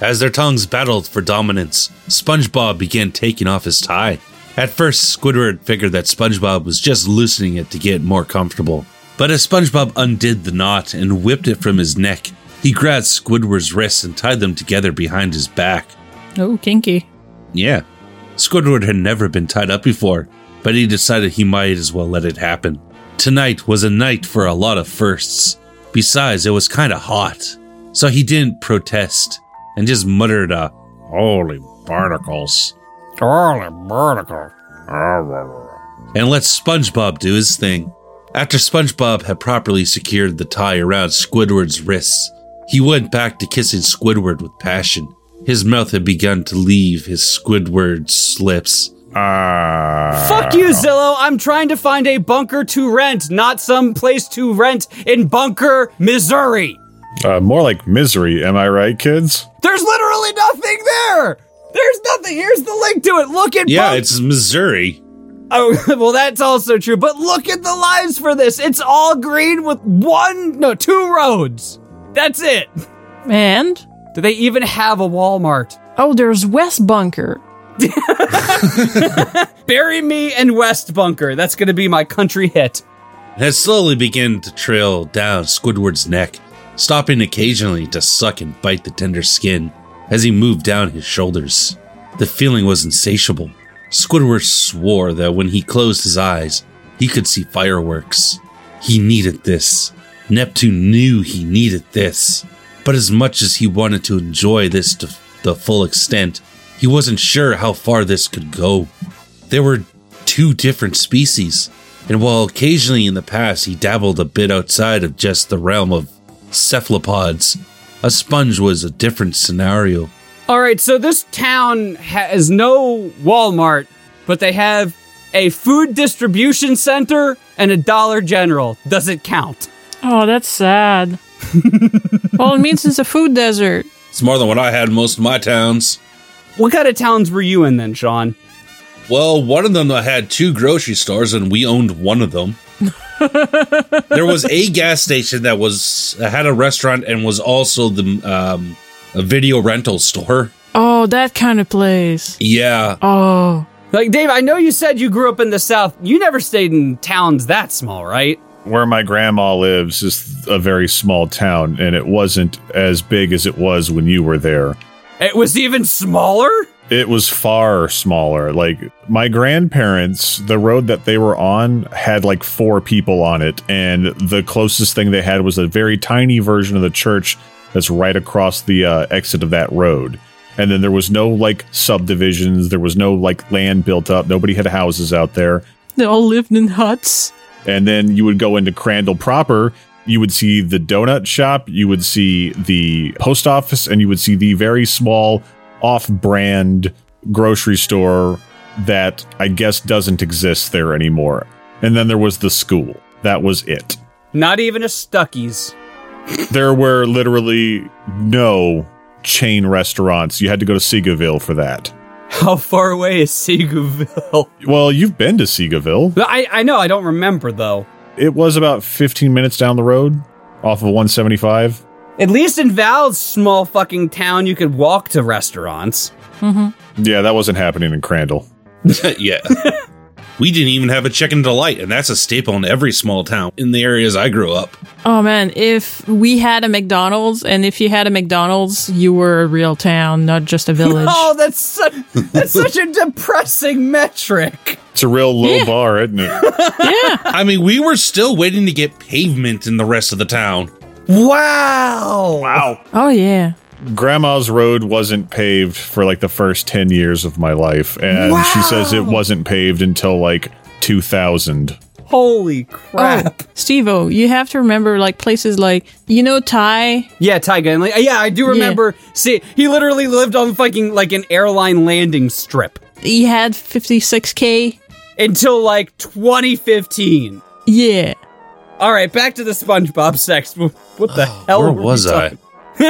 [SPEAKER 5] As their tongues battled for dominance, SpongeBob began taking off his tie. At first, Squidward figured that SpongeBob was just loosening it to get more comfortable. But as SpongeBob undid the knot and whipped it from his neck, he grabbed Squidward's wrists and tied them together behind his back.
[SPEAKER 4] Oh, kinky.
[SPEAKER 5] Yeah, Squidward had never been tied up before, but he decided he might as well let it happen. Tonight was a night for a lot of firsts. Besides, it was kinda hot. So he didn't protest and just muttered a holy barnacles
[SPEAKER 1] Darling Barnacle.
[SPEAKER 5] and let SpongeBob do his thing. After SpongeBob had properly secured the tie around Squidward's wrists, he went back to kissing Squidward with passion. His mouth had begun to leave his Squidward's lips.
[SPEAKER 1] Fuck you, Zillow. I'm trying to find a bunker to rent, not some place to rent in Bunker, Missouri.
[SPEAKER 2] Uh, more like misery, am I right, kids?
[SPEAKER 1] There's literally nothing there. There's nothing. Here's the link to it. Look at
[SPEAKER 5] Yeah,
[SPEAKER 1] Bunk-
[SPEAKER 5] it's Missouri.
[SPEAKER 1] Oh, well, that's also true. But look at the lives for this. It's all green with one, no, two roads. That's it.
[SPEAKER 4] And
[SPEAKER 1] Do they even have a Walmart?
[SPEAKER 4] oh, there's West Bunker.
[SPEAKER 1] Bury me in West Bunker. That's going to be my country hit.
[SPEAKER 5] had slowly began to trail down Squidward's neck, stopping occasionally to suck and bite the tender skin as he moved down his shoulders. The feeling was insatiable. Squidward swore that when he closed his eyes, he could see fireworks. He needed this. Neptune knew he needed this. But as much as he wanted to enjoy this to the full extent, he wasn't sure how far this could go. There were two different species, and while occasionally in the past he dabbled a bit outside of just the realm of cephalopods, a sponge was a different scenario.
[SPEAKER 1] All right, so this town has no Walmart, but they have a food distribution center and a Dollar General. Does it count?
[SPEAKER 4] Oh, that's sad. well, it means it's a food desert.
[SPEAKER 5] It's more than what I had in most of my towns.
[SPEAKER 1] What kind of towns were you in then, Sean?
[SPEAKER 5] Well, one of them that had two grocery stores, and we owned one of them. there was a gas station that was had a restaurant and was also the um, a video rental store.
[SPEAKER 4] Oh, that kind of place.
[SPEAKER 5] Yeah,
[SPEAKER 4] Oh,
[SPEAKER 1] Like, Dave, I know you said you grew up in the South. You never stayed in towns that small, right?
[SPEAKER 2] Where my grandma lives is a very small town, and it wasn't as big as it was when you were there.
[SPEAKER 1] It was even smaller?
[SPEAKER 2] It was far smaller. Like, my grandparents, the road that they were on had like four people on it, and the closest thing they had was a very tiny version of the church that's right across the uh, exit of that road. And then there was no like subdivisions, there was no like land built up, nobody had houses out there.
[SPEAKER 4] they all lived in huts.
[SPEAKER 2] and then you would go into Crandall proper. You would see the donut shop, you would see the post office, and you would see the very small off brand grocery store that I guess doesn't exist there anymore. And then there was the school. That was it.
[SPEAKER 1] Not even a Stuckies.
[SPEAKER 2] There were literally no chain restaurants. You had to go to Seagoville for that.
[SPEAKER 1] How far away is Seagoville?
[SPEAKER 2] Well, you've been to Seagoville.
[SPEAKER 1] I, I know, I don't remember though.
[SPEAKER 2] It was about 15 minutes down the road off of 175.
[SPEAKER 1] At least in Val's small fucking town, you could walk to restaurants.
[SPEAKER 2] Yeah, that wasn't happening in Crandall.
[SPEAKER 5] yeah. We didn't even have a chicken delight, and that's a staple in every small town in the areas I grew up.
[SPEAKER 4] Oh man, if we had a McDonald's, and if you had a McDonald's, you were a real town, not just a village.
[SPEAKER 1] Oh, that's such, that's such a depressing metric.
[SPEAKER 2] It's a real low bar, isn't it?
[SPEAKER 5] I mean, we were still waiting to get pavement in the rest of the town.
[SPEAKER 1] Wow.
[SPEAKER 2] Wow.
[SPEAKER 4] oh yeah.
[SPEAKER 2] Grandma's road wasn't paved for like the first 10 years of my life. And she says it wasn't paved until like 2000.
[SPEAKER 1] Holy crap.
[SPEAKER 4] Oh. Stevo, you have to remember like places like you know Thai.
[SPEAKER 1] Yeah, Ty Gunley. Yeah, I do remember. See, he literally lived on fucking like an airline landing strip
[SPEAKER 4] He had fifty six k.
[SPEAKER 1] until like 2015.
[SPEAKER 4] Yeah.
[SPEAKER 1] All right, back to the SpongeBob sex. What the hell?
[SPEAKER 5] Where
[SPEAKER 1] were we
[SPEAKER 5] was I?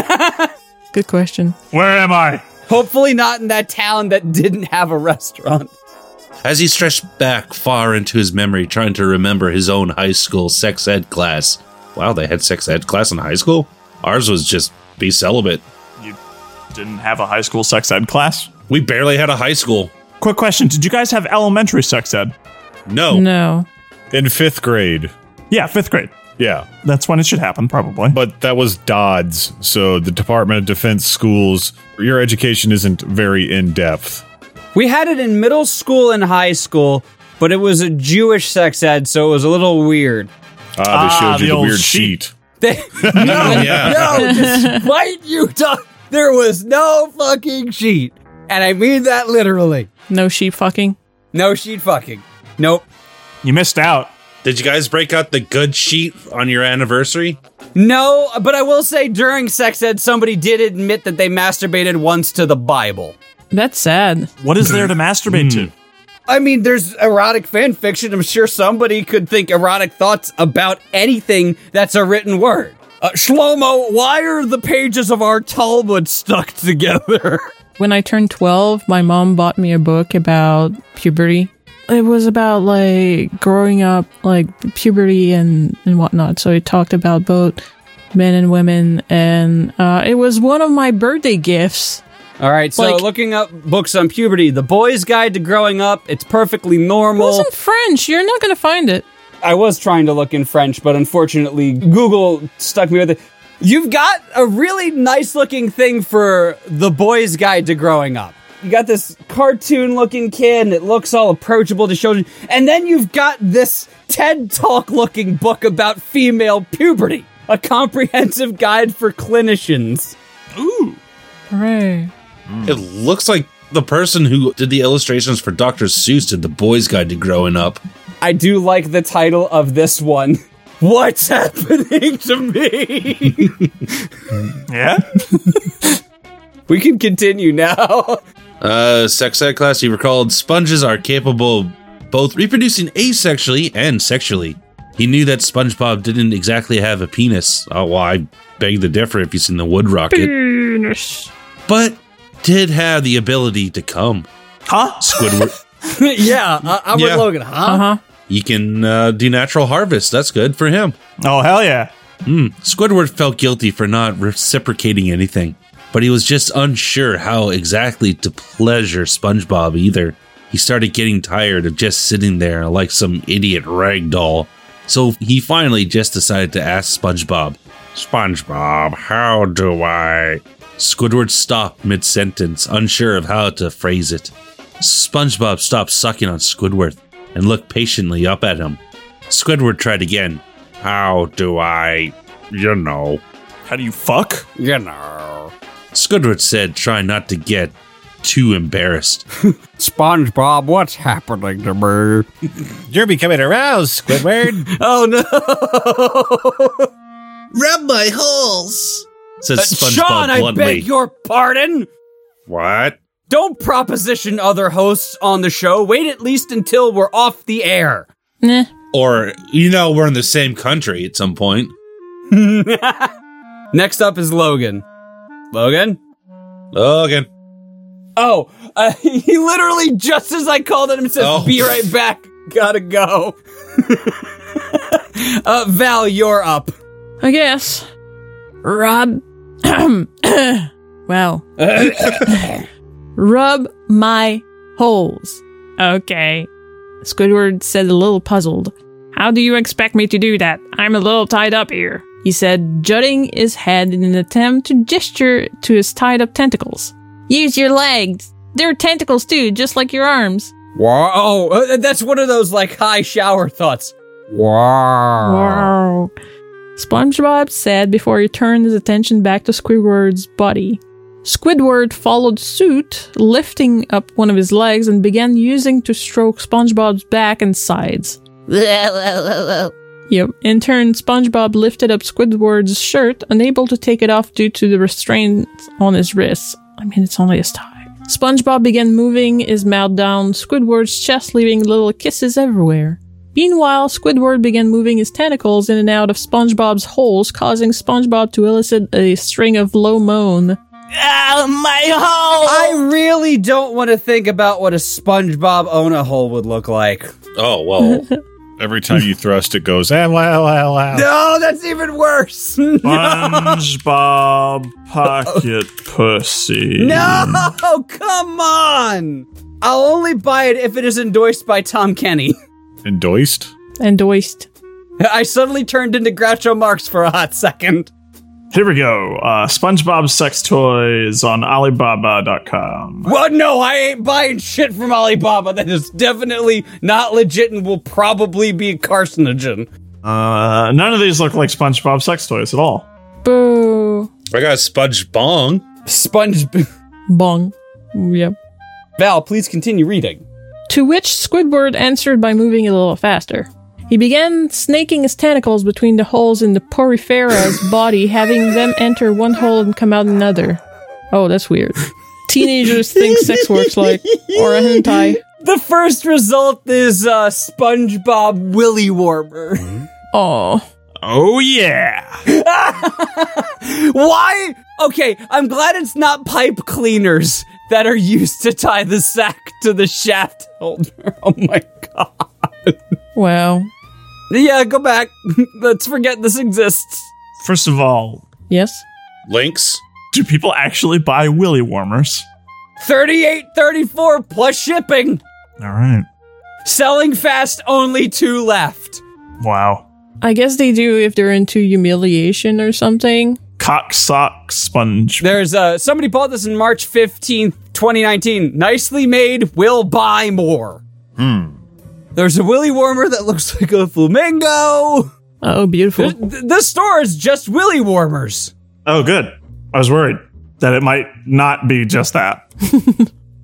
[SPEAKER 1] talking-
[SPEAKER 4] Good question.
[SPEAKER 3] Where am I?
[SPEAKER 1] Hopefully not in that town that didn't have a restaurant.
[SPEAKER 5] As he stretched back far into his memory, trying to remember his own high school sex ed class. Wow, they had sex ed class in high school? Ours was just be celibate.
[SPEAKER 3] You didn't have a high school sex ed class?
[SPEAKER 5] We barely had a high school.
[SPEAKER 3] Quick question Did you guys have elementary sex ed?
[SPEAKER 5] No.
[SPEAKER 4] No.
[SPEAKER 2] in fifth grade.
[SPEAKER 3] Yeah, fifth grade.
[SPEAKER 2] Yeah,
[SPEAKER 3] That's when it should happen, probably.
[SPEAKER 2] but that was Dodds. So the Department of Defense schools, your education isn't very in depth.
[SPEAKER 1] We had it in middle school and high school, but it was a Jewish sex ed, so it was a little weird.
[SPEAKER 2] Ah, they
[SPEAKER 3] Ah,
[SPEAKER 2] showed you
[SPEAKER 3] the
[SPEAKER 2] the,
[SPEAKER 3] old
[SPEAKER 2] weird
[SPEAKER 3] sheet.
[SPEAKER 2] sheet.
[SPEAKER 1] They, no, no, despite you, talk, there was no fucking sheet, and I mean that literally.
[SPEAKER 4] No sheep fucking.
[SPEAKER 1] No sheet fucking. Nope.
[SPEAKER 3] you missed out.
[SPEAKER 5] Did you guys break out the good sheet on your anniversary?
[SPEAKER 1] No, but I will say during sex ed, somebody did admit that they masturbated once to the Bible.
[SPEAKER 4] That's sad.
[SPEAKER 3] What is there to masturbate to?
[SPEAKER 1] I mean, there's erotic fan fiction. I'm sure somebody could think erotic thoughts about anything that's a written word. Uh, Shlomo, why are the pages of our Talmud stuck together?
[SPEAKER 4] When I turned 12, my mom bought me a book about puberty. It was about like growing up, like puberty and, and whatnot. So it talked about both men and women. And uh, it was one of my birthday gifts.
[SPEAKER 1] All right, so
[SPEAKER 4] Like-
[SPEAKER 1] looking up books on puberty, The Boy's Guide to Growing Up, it's perfectly
[SPEAKER 4] It
[SPEAKER 1] normal.
[SPEAKER 4] was in French. You're not going to find it.
[SPEAKER 1] I was trying to look in French, but unfortunately, Google stuck me with it. You've got a really nice looking thing for the boy's guide to growing up. You got this cartoon looking kid, and it looks all approachable to children. And then you've got this TED Talk looking book about female puberty, a comprehensive guide for clinicians.
[SPEAKER 4] Hooray.
[SPEAKER 5] It looks like the person who did the illustrations for Dr. Seuss did the boys' guide to growing up.
[SPEAKER 1] I do like the title of this one. What's happening to me?
[SPEAKER 3] Yeah?
[SPEAKER 1] we can continue now.
[SPEAKER 5] Uh, sex ed class, he recalled sponges are capable of both reproducing asexually and sexually. He knew that SpongeBob didn't exactly have a penis. Oh, well, I beg to differ if you've seen the Wood Rocket.
[SPEAKER 4] Penis.
[SPEAKER 5] But did have the ability to come.
[SPEAKER 3] Huh?
[SPEAKER 5] Squidward.
[SPEAKER 1] yeah, uh, Howard
[SPEAKER 5] Yeah.
[SPEAKER 1] Logan, huh?
[SPEAKER 5] you can uh, do natural harvest. That's good for him.
[SPEAKER 3] Oh, hell yeah.
[SPEAKER 5] Squidward felt guilty for not reciprocating anything, but he was just unsure how exactly to pleasure SpongeBob either. He started getting tired of just sitting there like some idiot rag doll. So he finally just decided to ask SpongeBob, SpongeBob, how do I? Squidward stopped mid sentence, unsure of how to phrase it. SpongeBob stopped sucking on Squidward and looked patiently up at him. Squidward tried again. How do I, you know?
[SPEAKER 3] How do you fuck?
[SPEAKER 1] You know.
[SPEAKER 5] Squidward said, trying not to get too embarrassed.
[SPEAKER 1] SpongeBob, what's happening to me?
[SPEAKER 2] You're becoming aroused, Squidward.
[SPEAKER 1] Oh no!
[SPEAKER 5] Rub my holes, says SpongeBob
[SPEAKER 1] Uh, Sean, I
[SPEAKER 5] bluntly.
[SPEAKER 1] beg your pardon!
[SPEAKER 5] what?
[SPEAKER 1] Don't proposition other hosts on the show. Wait at least until we're off the air.
[SPEAKER 4] Nah.
[SPEAKER 5] Or you know, we're in the same country at some point.
[SPEAKER 1] Next up is Logan. Logan?
[SPEAKER 5] Logan,
[SPEAKER 1] Oh, uh, he literally, just as I called at him, says,
[SPEAKER 5] Oh.
[SPEAKER 1] Be right back. Gotta go. uh, Val, you're up.
[SPEAKER 4] I guess. Rob. wow. Rub my holes. Okay. Squidward said a little puzzled. How do you expect me to do that? I'm a little tied up here. He said, jutting his head in an attempt to gesture to his tied up tentacles. Use your legs. They're tentacles too, just like your arms.
[SPEAKER 1] Wow. Oh, uh, that's one of those like high shower thoughts. Wow.
[SPEAKER 4] Wow. SpongeBob said before he turned his attention back to Squidward's body. Squidward followed suit, lifting up one of his legs and began using to stroke SpongeBob's back and sides. Yep. In turn, SpongeBob lifted up Squidward's shirt, unable to take it off due to the restraints on his wrists. I mean, it's only his tie. SpongeBob began moving his mouth down Squidward's chest, leaving little kisses everywhere. Meanwhile, Squidward began moving his tentacles in and out of SpongeBob's holes, causing SpongeBob to elicit a string of low moan. Ah, my hole!
[SPEAKER 1] I really don't want to think about what a SpongeBob Ona hole would look like.
[SPEAKER 5] Oh, well.
[SPEAKER 2] Every time you thrust, it goes, ah, wow, wow, wow.
[SPEAKER 1] No, that's even worse.
[SPEAKER 3] SpongeBob pocket pussy.
[SPEAKER 1] No, come on. I'll only buy it if it is endorsed by Tom Kenny.
[SPEAKER 2] Endorsed?
[SPEAKER 4] Endorsed.
[SPEAKER 1] I suddenly turned into Groucho Marx for a hot second.
[SPEAKER 3] Here we go. Uh, SpongeBob sex toys on Alibaba.com.
[SPEAKER 1] Well, no, I ain't buying shit from Alibaba. That is definitely not legit and will probably be a carcinogen.
[SPEAKER 3] Uh, none of these look like SpongeBob sex toys at all.
[SPEAKER 4] Boo.
[SPEAKER 5] I got Sponge Bong.
[SPEAKER 1] Sponge.
[SPEAKER 4] Bong. Yep.
[SPEAKER 1] Val, please continue reading.
[SPEAKER 4] To which Squidward answered by moving a little faster. He began snaking his tentacles between the holes in the Porifera's body, having them enter one hole and come out another. Oh, that's weird. Teenagers think sex works like, or a hentai.
[SPEAKER 1] The first result is uh, SpongeBob Willy Warmer.
[SPEAKER 4] Oh,
[SPEAKER 3] Oh, yeah.
[SPEAKER 1] Why? Okay, I'm glad it's not pipe cleaners that are used to tie the sack to the shaft holder. Oh my god.
[SPEAKER 4] well,
[SPEAKER 1] Yeah, go back. Let's forget this exists.
[SPEAKER 3] First of all,
[SPEAKER 4] yes.
[SPEAKER 5] Lynx.
[SPEAKER 3] do people actually buy willy warmers?
[SPEAKER 1] 3834 plus shipping.
[SPEAKER 3] All right.
[SPEAKER 1] Selling fast, only two left.
[SPEAKER 3] Wow.
[SPEAKER 4] I guess they do if they're into humiliation or something.
[SPEAKER 3] Cock sock sponge.
[SPEAKER 1] There's uh somebody bought this in March 15th, 2019. Nicely made, will buy more. Hmm. There's a willy warmer that looks like a flamingo.
[SPEAKER 4] Oh, beautiful.
[SPEAKER 1] Th- This store is just willy warmers.
[SPEAKER 3] Oh, good. I was worried that it might not be just that.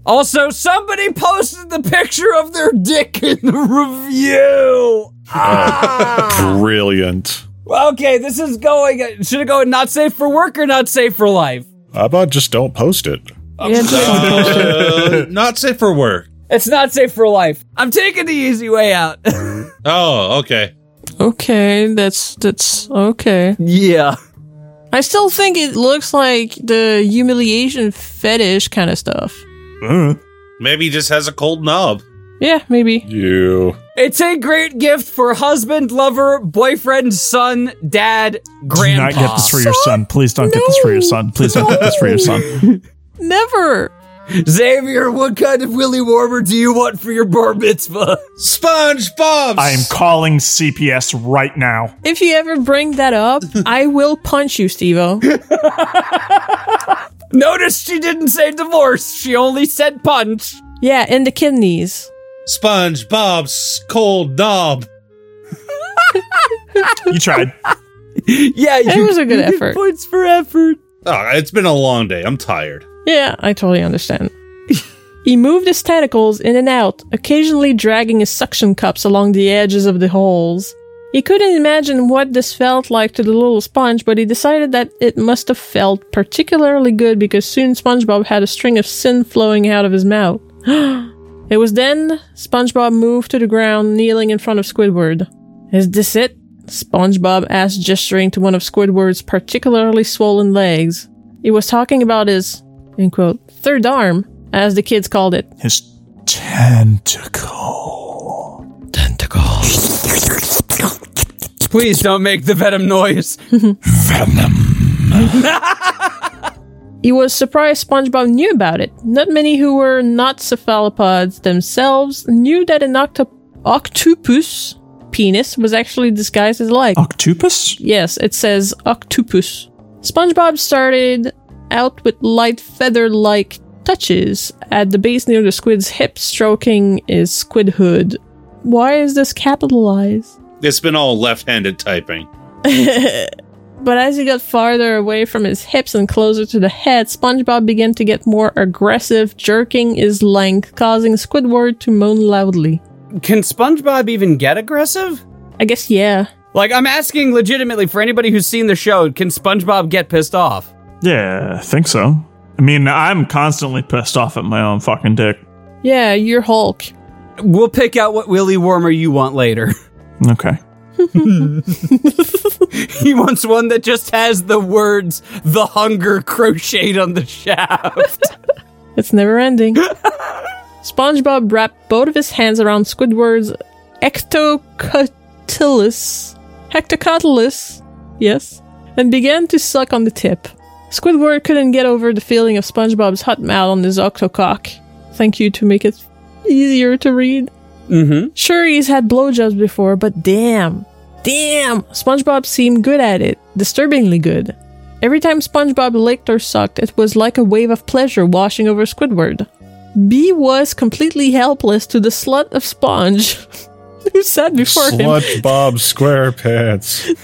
[SPEAKER 1] Also, somebody posted the picture of their dick in the review. Ah.
[SPEAKER 2] Brilliant.
[SPEAKER 1] okay, this is going. Should it go not safe for work or not safe for life?
[SPEAKER 2] How about just don't post it?
[SPEAKER 4] Yeah, just-
[SPEAKER 5] Uh, not safe for work.
[SPEAKER 1] It's not safe for life. I'm taking the easy way out.
[SPEAKER 5] Oh, okay.
[SPEAKER 4] okay, that's that's okay.
[SPEAKER 1] yeah.
[SPEAKER 4] I still think it looks like the humiliation fetish kind of stuff.
[SPEAKER 3] Uh,
[SPEAKER 5] Maybe he just has a cold knob.
[SPEAKER 4] Yeah, maybe.
[SPEAKER 2] You.
[SPEAKER 1] It's a great gift for husband, lover, boyfriend, son, dad,
[SPEAKER 3] do
[SPEAKER 1] grandpa.
[SPEAKER 3] not get this for your son. Please don't get this for your son. Please don't get this for your son.
[SPEAKER 4] Never.
[SPEAKER 1] Xavier, what kind of Willy Warmer do you want for your bar mitzvah?
[SPEAKER 5] SpongeBob.
[SPEAKER 3] I am calling CPS right now.
[SPEAKER 4] If you ever bring that up, I will punch you, Stevo.
[SPEAKER 1] Notice she didn't say divorce. She only said punch.
[SPEAKER 4] Yeah, in the kidneys.
[SPEAKER 5] SpongeBob's cold knob.
[SPEAKER 3] You tried.
[SPEAKER 1] Yeah,
[SPEAKER 4] That
[SPEAKER 1] you
[SPEAKER 4] was a good
[SPEAKER 1] you get
[SPEAKER 4] effort.
[SPEAKER 1] Points for effort.
[SPEAKER 5] Oh, it's been a long day. I'm tired.
[SPEAKER 4] Yeah, I totally understand. he moved his tentacles in and out, occasionally dragging his suction cups along the edges of the holes. He couldn't imagine what this felt like to the little sponge, but he decided that it must have felt particularly good because soon SpongeBob had a string of sin flowing out of his mouth. it was then SpongeBob moved to the ground, kneeling in front of Squidward. Is this it? SpongeBob asked, gesturing to one of Squidward's particularly swollen legs. He was talking about his, end quote, third arm, as the kids called it.
[SPEAKER 3] His tentacle.
[SPEAKER 1] Please don't make the venom noise.
[SPEAKER 4] He was surprised SpongeBob knew about it. Not many who were not cephalopods themselves knew that an octo- octopus penis was actually disguised as a leg.
[SPEAKER 3] Octopus?
[SPEAKER 4] Yes, it says octopus. SpongeBob started out with light feather like touches at the base near the squid's hip, stroking his squid hood. Why is this capitalized?
[SPEAKER 5] It's been all left-handed typing.
[SPEAKER 4] But as he got farther away from his hips and closer to the head, SpongeBob began to get more aggressive, jerking his length, causing Squidward to moan loudly.
[SPEAKER 1] Can SpongeBob even get aggressive?
[SPEAKER 4] I guess, yeah.
[SPEAKER 1] Like, I'm asking legitimately for anybody who's seen the show, can SpongeBob get pissed off?
[SPEAKER 3] Yeah, I think so. I mean, I'm constantly pissed off at my own fucking dick.
[SPEAKER 4] Yeah, you're Hulk.
[SPEAKER 1] We'll pick out what Willy warmer you want later.
[SPEAKER 3] Okay.
[SPEAKER 1] he wants one that just has the words "the hunger" crocheted on the shaft.
[SPEAKER 4] It's never ending. SpongeBob wrapped both of his hands around Squidward's ectocotylus, hectocotylus, yes, and began to suck on the tip. Squidward couldn't get over the feeling of SpongeBob's hot mouth on his octocock. Thank you to make it easier to read.
[SPEAKER 1] mm-hmm.
[SPEAKER 4] Sure, he's had blowjobs before, but damn, damn, SpongeBob seemed good at it, disturbingly good. Every time SpongeBob licked or sucked, it was like a wave of pleasure washing over Squidward. B was completely helpless to the slut of Sponge, who sat before him.
[SPEAKER 2] Slut Bob Squarepants.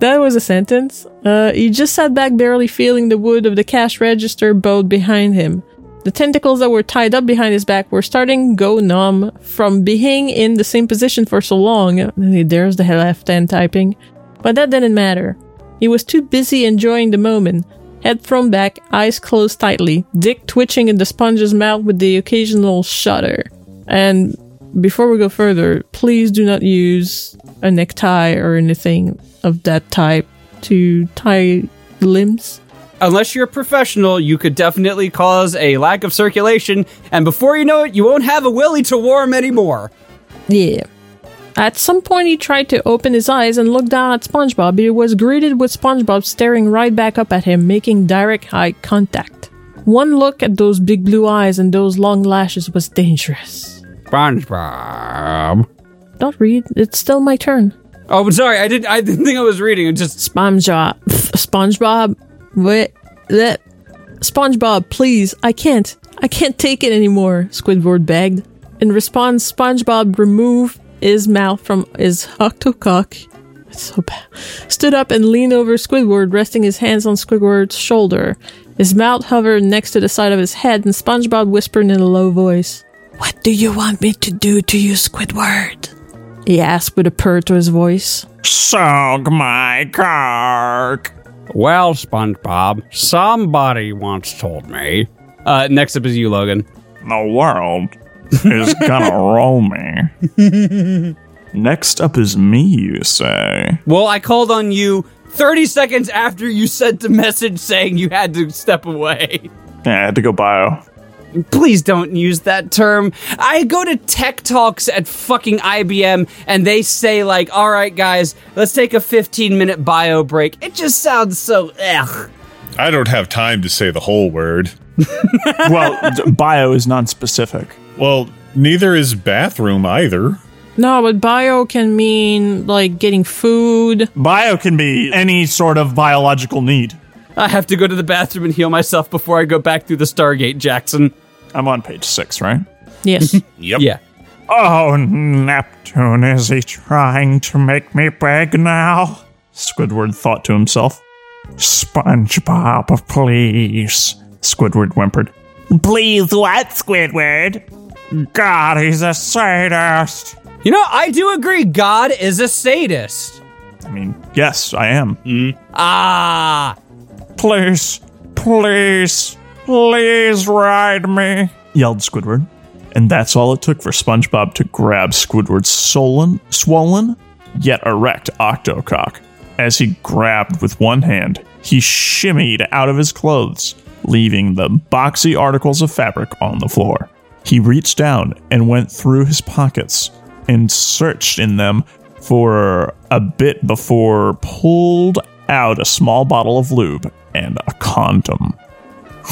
[SPEAKER 4] That was a sentence. Uh, he just sat back, barely feeling the wood of the cash register bowed behind him. The tentacles that were tied up behind his back were starting to go numb from being in the same position for so long. There's the left hand typing. But that didn't matter. He was too busy enjoying the moment. Head thrown back, eyes closed tightly, dick twitching in the sponge's mouth with the occasional shudder. And before we go further, please do not use a necktie or anything of that type to tie limbs.
[SPEAKER 1] Unless you're a professional, you could definitely cause a lack of circulation, and before you know it, you won't have a Willy to warm anymore.
[SPEAKER 4] Yeah. At some point, he tried to open his eyes and look down at SpongeBob. He was greeted with SpongeBob staring right back up at him, making direct eye contact. One look at those big blue eyes and those long lashes was dangerous.
[SPEAKER 1] SpongeBob.
[SPEAKER 4] Don't read. It's still my turn.
[SPEAKER 1] Oh, I'm sorry. I didn't. I didn't think I was reading. It just
[SPEAKER 4] SpongeBob. SpongeBob. Wait. bleh. SpongeBob, please. I can't. I can't take it anymore, Squidward begged. In response, SpongeBob removed his mouth from his octocock. It's so bad. Stood up and leaned over Squidward, resting his hands on Squidward's shoulder. His mouth hovered next to the side of his head, and SpongeBob whispered in a low voice, What do you want me to do to you, Squidward? He asked with a purr to his voice.
[SPEAKER 3] Suck my cock.
[SPEAKER 1] Well, SpongeBob, somebody once told me. Uh, next up is you, Logan.
[SPEAKER 3] The world is gonna roll me. Next up is me, you say.
[SPEAKER 1] Well, I called on you 30 seconds after you sent the message saying you had to step away.
[SPEAKER 3] Yeah, I had to go bio.
[SPEAKER 1] Please don't use that term. I go to tech talks at fucking IBM and they say, like, all right, guys, let's take a 15 minute bio break. It just sounds so ugh.
[SPEAKER 2] I don't have time to say the whole word.
[SPEAKER 3] Well, d- bio is non-specific.
[SPEAKER 2] Well, neither is bathroom either.
[SPEAKER 4] No, but bio can mean like getting food.
[SPEAKER 3] Bio can be any sort of biological need.
[SPEAKER 1] I have to go to the bathroom and heal myself before I go back through the Stargate, Jackson.
[SPEAKER 3] I'm on page six, right?
[SPEAKER 4] Yes.
[SPEAKER 5] Yep.
[SPEAKER 1] Yeah.
[SPEAKER 3] Oh, Neptune, is he trying to make me beg now? Squidward thought to himself. SpongeBob, please. Squidward whimpered.
[SPEAKER 7] Please what, Squidward?
[SPEAKER 3] God, he's a sadist.
[SPEAKER 1] You know, I do agree, God is a sadist.
[SPEAKER 3] I mean, yes, I am.
[SPEAKER 1] Ah,
[SPEAKER 3] Please, please, please ride me, yelled Squidward. And that's all it took for SpongeBob to grab Squidward's swollen, swollen yet erect octocock. As he grabbed with one hand, he shimmied out of his clothes, leaving the boxy articles of fabric on the floor. He reached down and went through his pockets and searched in them for a bit before pulled out a small bottle of lube and a condom.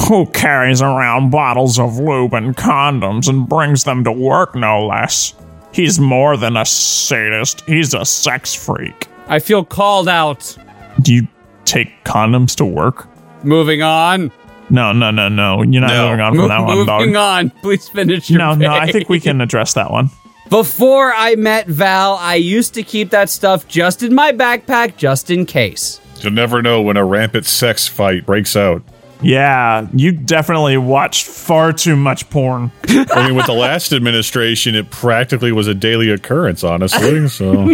[SPEAKER 3] Who carries around bottles of lube and condoms and brings them to work, no less? He's more than a sadist, he's a sex freak.
[SPEAKER 1] I feel called out.
[SPEAKER 3] Do you take condoms to work?
[SPEAKER 1] Moving on.
[SPEAKER 3] No, no, no, no. You're not
[SPEAKER 5] No.
[SPEAKER 3] going on from that one,
[SPEAKER 1] moving
[SPEAKER 3] dog.
[SPEAKER 1] on. Please finish your
[SPEAKER 3] No, no, I
[SPEAKER 1] pick.
[SPEAKER 3] think we can address that one.
[SPEAKER 1] Before I met Val, I used to keep that stuff just in my backpack, just in case.
[SPEAKER 2] You'll never know when a rampant sex fight breaks out.
[SPEAKER 3] Yeah, you definitely watched far too much porn.
[SPEAKER 2] I mean, with the last administration, it practically was a daily occurrence, honestly. So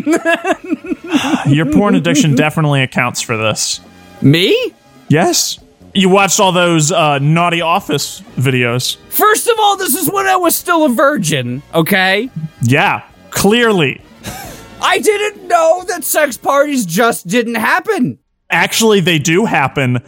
[SPEAKER 3] Your porn addiction definitely accounts for this.
[SPEAKER 1] Me?
[SPEAKER 3] Yes. You watched all those uh, naughty office videos.
[SPEAKER 1] First of all, this is when I was still a virgin, okay?
[SPEAKER 3] Yeah, clearly.
[SPEAKER 1] I didn't know that sex parties just didn't happen.
[SPEAKER 3] Actually, they do happen.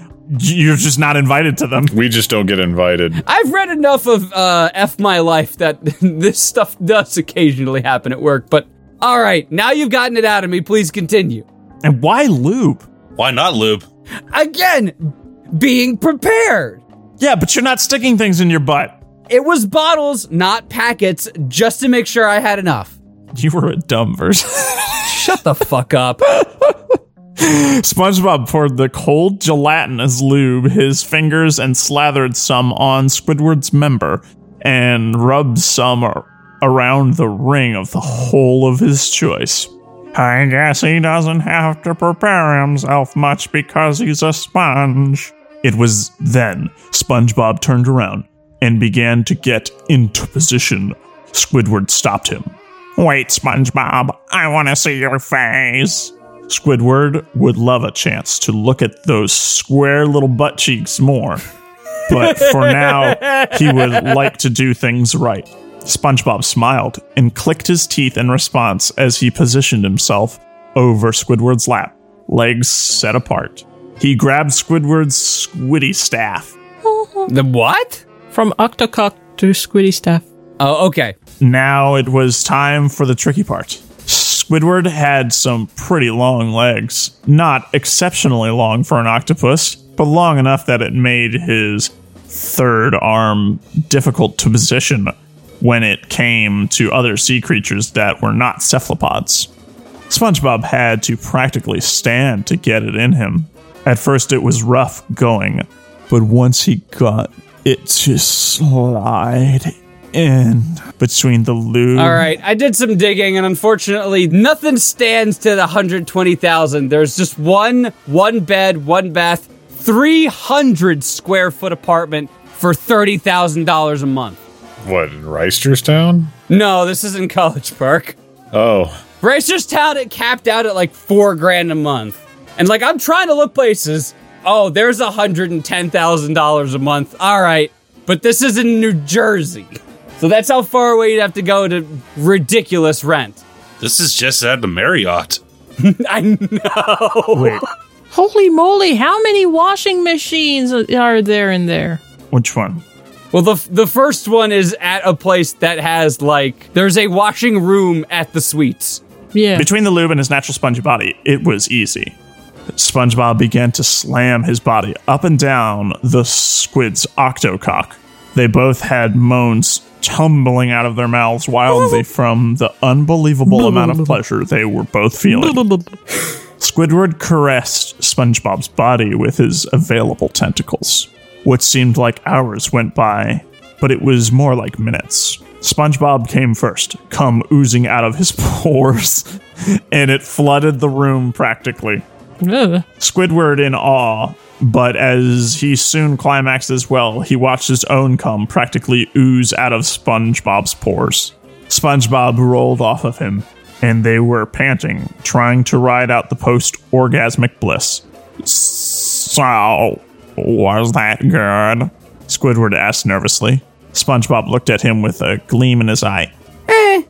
[SPEAKER 3] You're just not invited to them.
[SPEAKER 2] We just don't get invited.
[SPEAKER 1] I've read enough of uh, F My Life that this stuff does occasionally happen at work, but all right, now you've gotten it out of me. Please continue.
[SPEAKER 3] And why lube?
[SPEAKER 5] Why not lube?
[SPEAKER 1] Again, being prepared.
[SPEAKER 3] Yeah, but you're not sticking things in your butt.
[SPEAKER 1] It was bottles, not packets, just to make sure I had enough.
[SPEAKER 3] You were a dumb version.
[SPEAKER 1] Shut the fuck up.
[SPEAKER 3] SpongeBob poured the cold gelatin as lube, his fingers, and slathered some on Squidward's member, and rubbed some ar- around the ring of the hole of his choice. I guess he doesn't have to prepare himself much because he's a sponge. It was then SpongeBob turned around and began to get into position. Squidward stopped him. Wait, SpongeBob, I want to see your face. Squidward would love a chance to look at those square little butt cheeks more. But for now, he would like to do things right. SpongeBob smiled and clicked his teeth in response as he positioned himself over Squidward's lap, legs set apart. He grabbed Squidward's squiddy staff.
[SPEAKER 1] the what?
[SPEAKER 4] From Octocock to Squiddy Staff.
[SPEAKER 1] Oh, okay.
[SPEAKER 3] Now it was time for the tricky part. Squidward had some pretty long legs. Not exceptionally long for an octopus, but long enough that it made his third arm difficult to position when it came to other sea creatures that were not cephalopods. SpongeBob had to practically stand to get it in him. At first, it was rough going, but once he got it to slide in between the lube
[SPEAKER 1] All right, I did some digging, and unfortunately, nothing stands to the 120,000. There's just one, one bed, one bath, 300 square foot apartment for $30,000 a month.
[SPEAKER 2] What in Reisterstown?
[SPEAKER 1] No, this isn't College Park.
[SPEAKER 2] Oh,
[SPEAKER 1] Town it capped out at like four grand a month. And like, I'm trying to look places. Oh, there's $110,000 a month. All right. But this is in New Jersey. So that's how far away you'd have to go to ridiculous rent.
[SPEAKER 5] This is just at the Marriott.
[SPEAKER 1] I know.
[SPEAKER 4] Holy moly, how many washing machines are there in there?
[SPEAKER 3] which one
[SPEAKER 1] Well, the, f- the first one is at a place that has like, there's a washing room at the suites.
[SPEAKER 4] Yeah.
[SPEAKER 3] Between the lube and his natural spongy body, it was easy. SpongeBob began to slam his body up and down the squid's octocock. They both had moans tumbling out of their mouths wildly from the unbelievable amount of pleasure they were both feeling. Squidward caressed SpongeBob's body with his available tentacles. What seemed like hours went by, but it was more like minutes. SpongeBob came first, cum oozing out of his pores, and it flooded the room practically.
[SPEAKER 4] Ugh.
[SPEAKER 3] Squidward in awe, but as he soon climaxed as well, he watched his own cum practically ooze out of SpongeBob's pores. SpongeBob rolled off of him, and they were panting, trying to ride out the post orgasmic bliss. So, was that good? Squidward asked nervously. SpongeBob looked at him with a gleam in his eye.
[SPEAKER 6] Eh,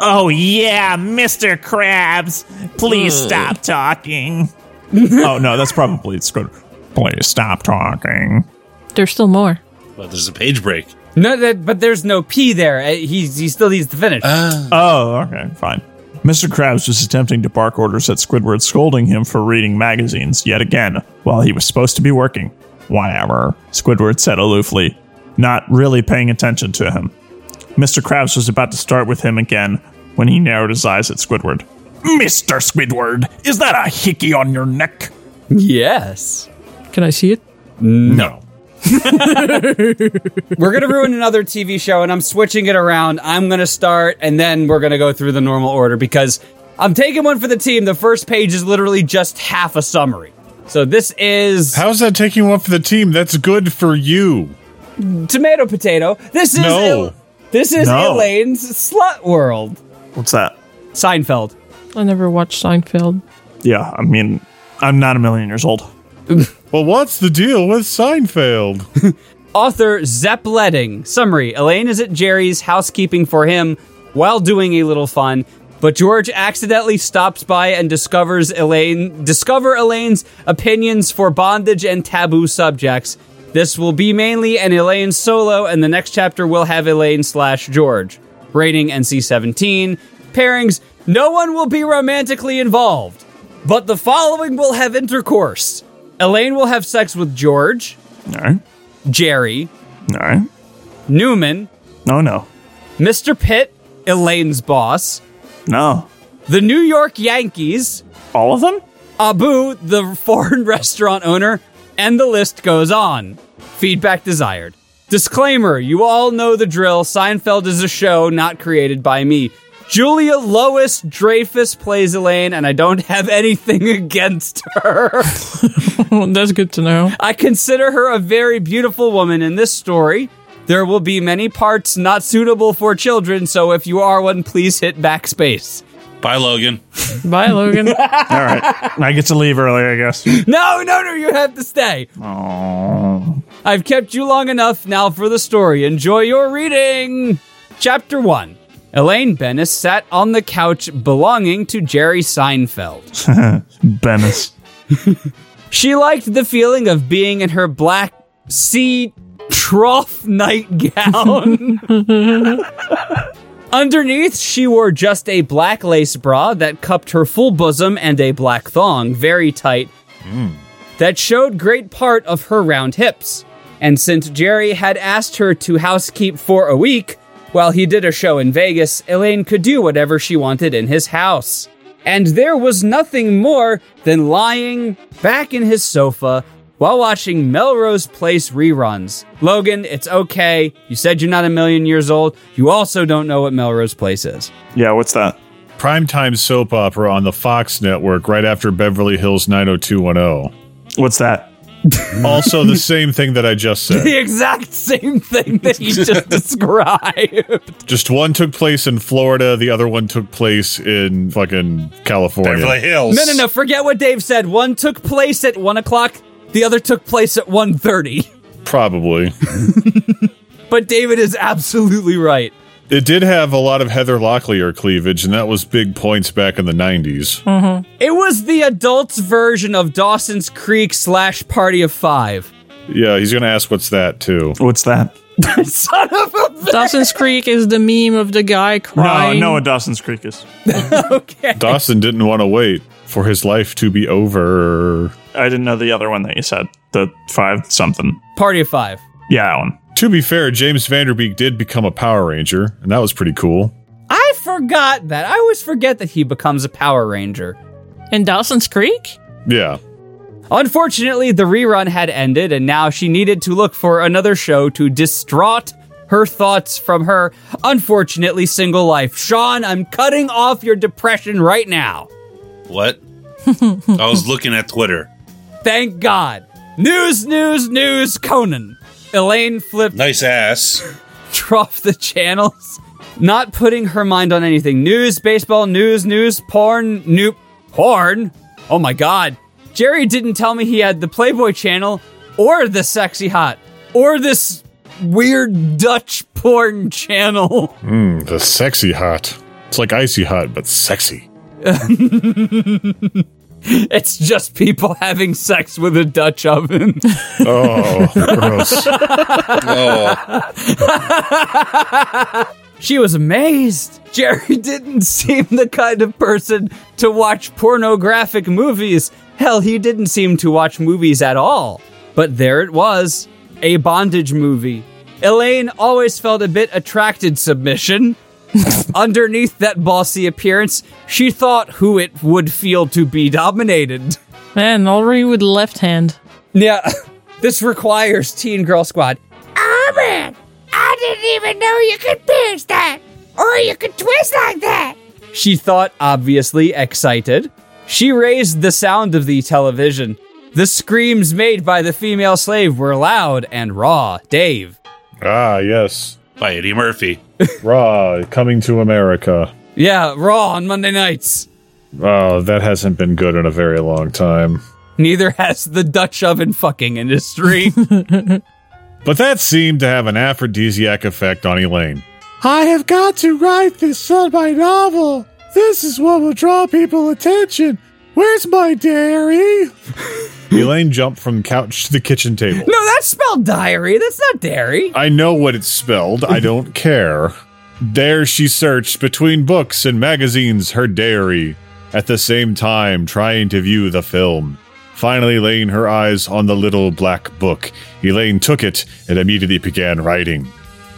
[SPEAKER 7] Oh, yeah, Mr. Krabs. Please stop talking.
[SPEAKER 3] Hmm. oh no, that's probably Squidward. Please stop talking.
[SPEAKER 4] There's still more.
[SPEAKER 5] But there's a page break.
[SPEAKER 1] No, that, but there's no P there. Uh, He's, he still needs to finish.
[SPEAKER 3] Oh, okay, fine. Mr. Krabs was attempting to bark orders at Squidward, scolding him for reading magazines yet again while he was supposed to be working. Whatever, Squidward said aloofly, not really paying attention to him. Mr. Krabs was about to start with him again when he narrowed his eyes at Squidward. Mr. Squidward, is that a hickey on your neck?
[SPEAKER 1] yes.
[SPEAKER 4] Can I see it?
[SPEAKER 3] No.
[SPEAKER 1] We're going to ruin another TV show, and I'm switching it around. I'm going to start, and then we're going to go through the normal order because I'm taking one for the team. The first page is literally just half a summary. So this is
[SPEAKER 2] how's that taking one for the team? That's good for you.
[SPEAKER 1] tomato potato. This is
[SPEAKER 2] No.
[SPEAKER 1] El- this is
[SPEAKER 3] No.
[SPEAKER 1] Elaine's slut world.
[SPEAKER 3] What's that?
[SPEAKER 1] Seinfeld.
[SPEAKER 4] I never watched Seinfeld.
[SPEAKER 3] Yeah, I mean, I'm not a million years old.
[SPEAKER 2] Well, what's the deal with Seinfeld?
[SPEAKER 1] Author Zepp Letting. Summary Elaine is at Jerry's housekeeping for him while doing a little fun, but George accidentally stops by and discovers Elaine discover Elaine's opinions for bondage and taboo subjects. This will be mainly an Elaine solo, and the next chapter will have Elaine slash George. Rating NC 17. Pairings No one will be romantically involved, but the following will have intercourse. Elaine will have sex with George,
[SPEAKER 3] All right.
[SPEAKER 1] Jerry,
[SPEAKER 3] All right.
[SPEAKER 1] Newman,
[SPEAKER 3] No, no.
[SPEAKER 1] Mr. Pitt, Elaine's boss,
[SPEAKER 3] No.
[SPEAKER 1] the New York Yankees,
[SPEAKER 3] All of them?
[SPEAKER 1] Abu, the foreign restaurant owner, and the list goes on. Feedback desired. Disclaimer You all know the drill. Seinfeld is a show not created by me. Julia Lois Dreyfus plays Elaine, and I don't have anything against her.
[SPEAKER 4] That's good to know.
[SPEAKER 1] I consider her a very beautiful woman in this story. There will be many parts not suitable for children, so if you are one, please hit backspace.
[SPEAKER 5] Bye, Logan.
[SPEAKER 4] Bye, Logan.
[SPEAKER 3] All right. I get to leave early, I guess.
[SPEAKER 1] No, no, no, you have to stay. I've kept you long enough now for the story. Enjoy your reading. Chapter 1 Elaine Bennis sat on the couch belonging to Jerry Seinfeld.
[SPEAKER 3] Bennis.
[SPEAKER 1] She liked the feeling of being in her black sea trough nightgown. Underneath, she wore just a black lace bra that cupped her full bosom and a black thong, very tight, that showed great part of her round hips. And since Jerry had asked her to housekeep for a week while he did a show in Vegas, Elaine could do whatever she wanted in his house. And there was nothing more than lying back in his sofa while watching Melrose Place reruns. Logan, it's okay. You said you're not a million years old. You also don't know what Melrose Place is.
[SPEAKER 3] Yeah, what's that?
[SPEAKER 2] Primetime soap opera on the Fox network right after Beverly Hills 90210.
[SPEAKER 3] What's that?
[SPEAKER 2] Also, the same thing that I just said.
[SPEAKER 1] The exact same thing that he just described.
[SPEAKER 2] Just one took place in Florida, the other one took place in fucking California.
[SPEAKER 5] Beverly Hills.
[SPEAKER 1] No, no, no. Forget what Dave said. One took place at one o'clock. The other took place at 1.30.
[SPEAKER 2] Probably.
[SPEAKER 1] But David is absolutely right.
[SPEAKER 2] It did have a lot of Heather Locklear cleavage, and that was big points back in the 90s.
[SPEAKER 1] It was the adults' version of Dawson's Creek slash Party of Five.
[SPEAKER 2] Yeah, he's going to ask what's that, too.
[SPEAKER 3] What's that?
[SPEAKER 1] Son of a
[SPEAKER 4] Dawson's Creek is the meme of the guy crying.
[SPEAKER 3] No, no, what Dawson's Creek is.
[SPEAKER 1] okay.
[SPEAKER 2] Dawson didn't want to wait for his life to be over.
[SPEAKER 3] I didn't know the other one that you said. The five something.
[SPEAKER 1] Party of Five.
[SPEAKER 3] Yeah, that one.
[SPEAKER 2] To be fair, James Vanderbeek did become a Power Ranger, and that was pretty cool.
[SPEAKER 1] I forgot that. I always forget that he becomes a Power Ranger.
[SPEAKER 4] And Dawson's Creek?
[SPEAKER 2] Yeah.
[SPEAKER 1] Unfortunately, the rerun had ended, and now she needed to look for another show to distraught her thoughts from her unfortunately single life. Sean, I'm cutting off your depression right now.
[SPEAKER 5] What? I was looking at Twitter.
[SPEAKER 1] Thank God. News, news, news, Conan. Elaine flipped
[SPEAKER 5] Nice ass.
[SPEAKER 1] trough the channels, not putting her mind on anything. News, baseball, news, news, porn, noop, porn. Oh my god. Jerry didn't tell me he had the Playboy channel or the sexy hot or this weird Dutch porn channel.
[SPEAKER 2] Mm, the sexy hot. It's like icy hot, but sexy.
[SPEAKER 1] It's just people having sex with a Dutch oven.
[SPEAKER 2] Oh, gross.
[SPEAKER 5] Oh,
[SPEAKER 1] She was amazed. Jerry didn't seem the kind of person to watch pornographic movies. Hell, he didn't seem to watch movies at all. But there it was a bondage movie. Elaine always felt a bit attracted submission. Underneath that bossy appearance, she thought who it would feel to be dominated.
[SPEAKER 4] Man, already with the left hand.
[SPEAKER 1] Yeah, this requires Teen Girl Squad.
[SPEAKER 6] Oh man, I didn't even know you could pinch that, or you could twist like that.
[SPEAKER 1] She thought, obviously excited. She raised the sound of the television. The screams made by the female slave were loud and raw. Dave.
[SPEAKER 2] ah, yes.
[SPEAKER 5] by Eddie Murphy.
[SPEAKER 2] Raw, coming to America.
[SPEAKER 1] Yeah, raw on Monday nights.
[SPEAKER 2] Oh, that hasn't been good in a very long time.
[SPEAKER 1] Neither has the Dutch oven fucking industry.
[SPEAKER 2] But that seemed to have an aphrodisiac effect on Elaine. I have got to write this on my novel. This is what will draw people attention. Where's my diary? Elaine jumped from couch to the kitchen table.
[SPEAKER 1] no, that's spelled diary. That's not dairy.
[SPEAKER 2] I know what it's spelled. I don't care. There she searched between books and magazines her diary, at the same time trying to view the film. Finally, laying her eyes on the little black book, Elaine took it and immediately began writing.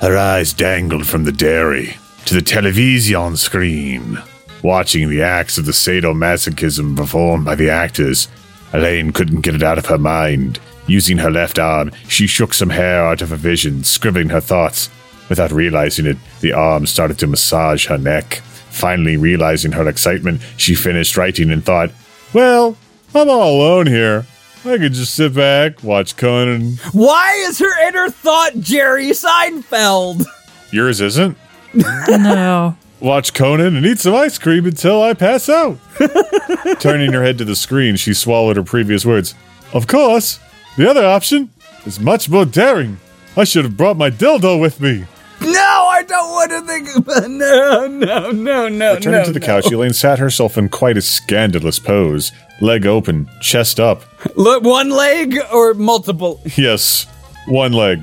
[SPEAKER 2] Her eyes dangled from the diary to the television screen, watching the acts of the sadomasochism performed by the actors. Elaine couldn't get it out of her mind. Using her left arm, she shook some hair out of her vision, scribbling her thoughts. Without realizing it, the arm started to massage her neck. Finally, realizing her excitement, she finished writing and thought, Well, I'm all alone here. I could just sit back, watch Conan.
[SPEAKER 1] Why is her inner thought Jerry Seinfeld?
[SPEAKER 2] Yours isn't?
[SPEAKER 4] No.
[SPEAKER 2] Watch Conan and eat some ice cream until I pass out. Turning her head to the screen, she swallowed her previous words. Of course, the other option is much more daring. I should have brought my dildo with me.
[SPEAKER 1] No, I don't want to think about No, no, no, no.
[SPEAKER 2] Turning
[SPEAKER 1] no,
[SPEAKER 2] to the
[SPEAKER 1] no.
[SPEAKER 2] couch, Elaine sat herself in quite a scandalous pose, leg open, chest up.
[SPEAKER 1] Look, one leg or multiple?
[SPEAKER 2] Yes, one leg,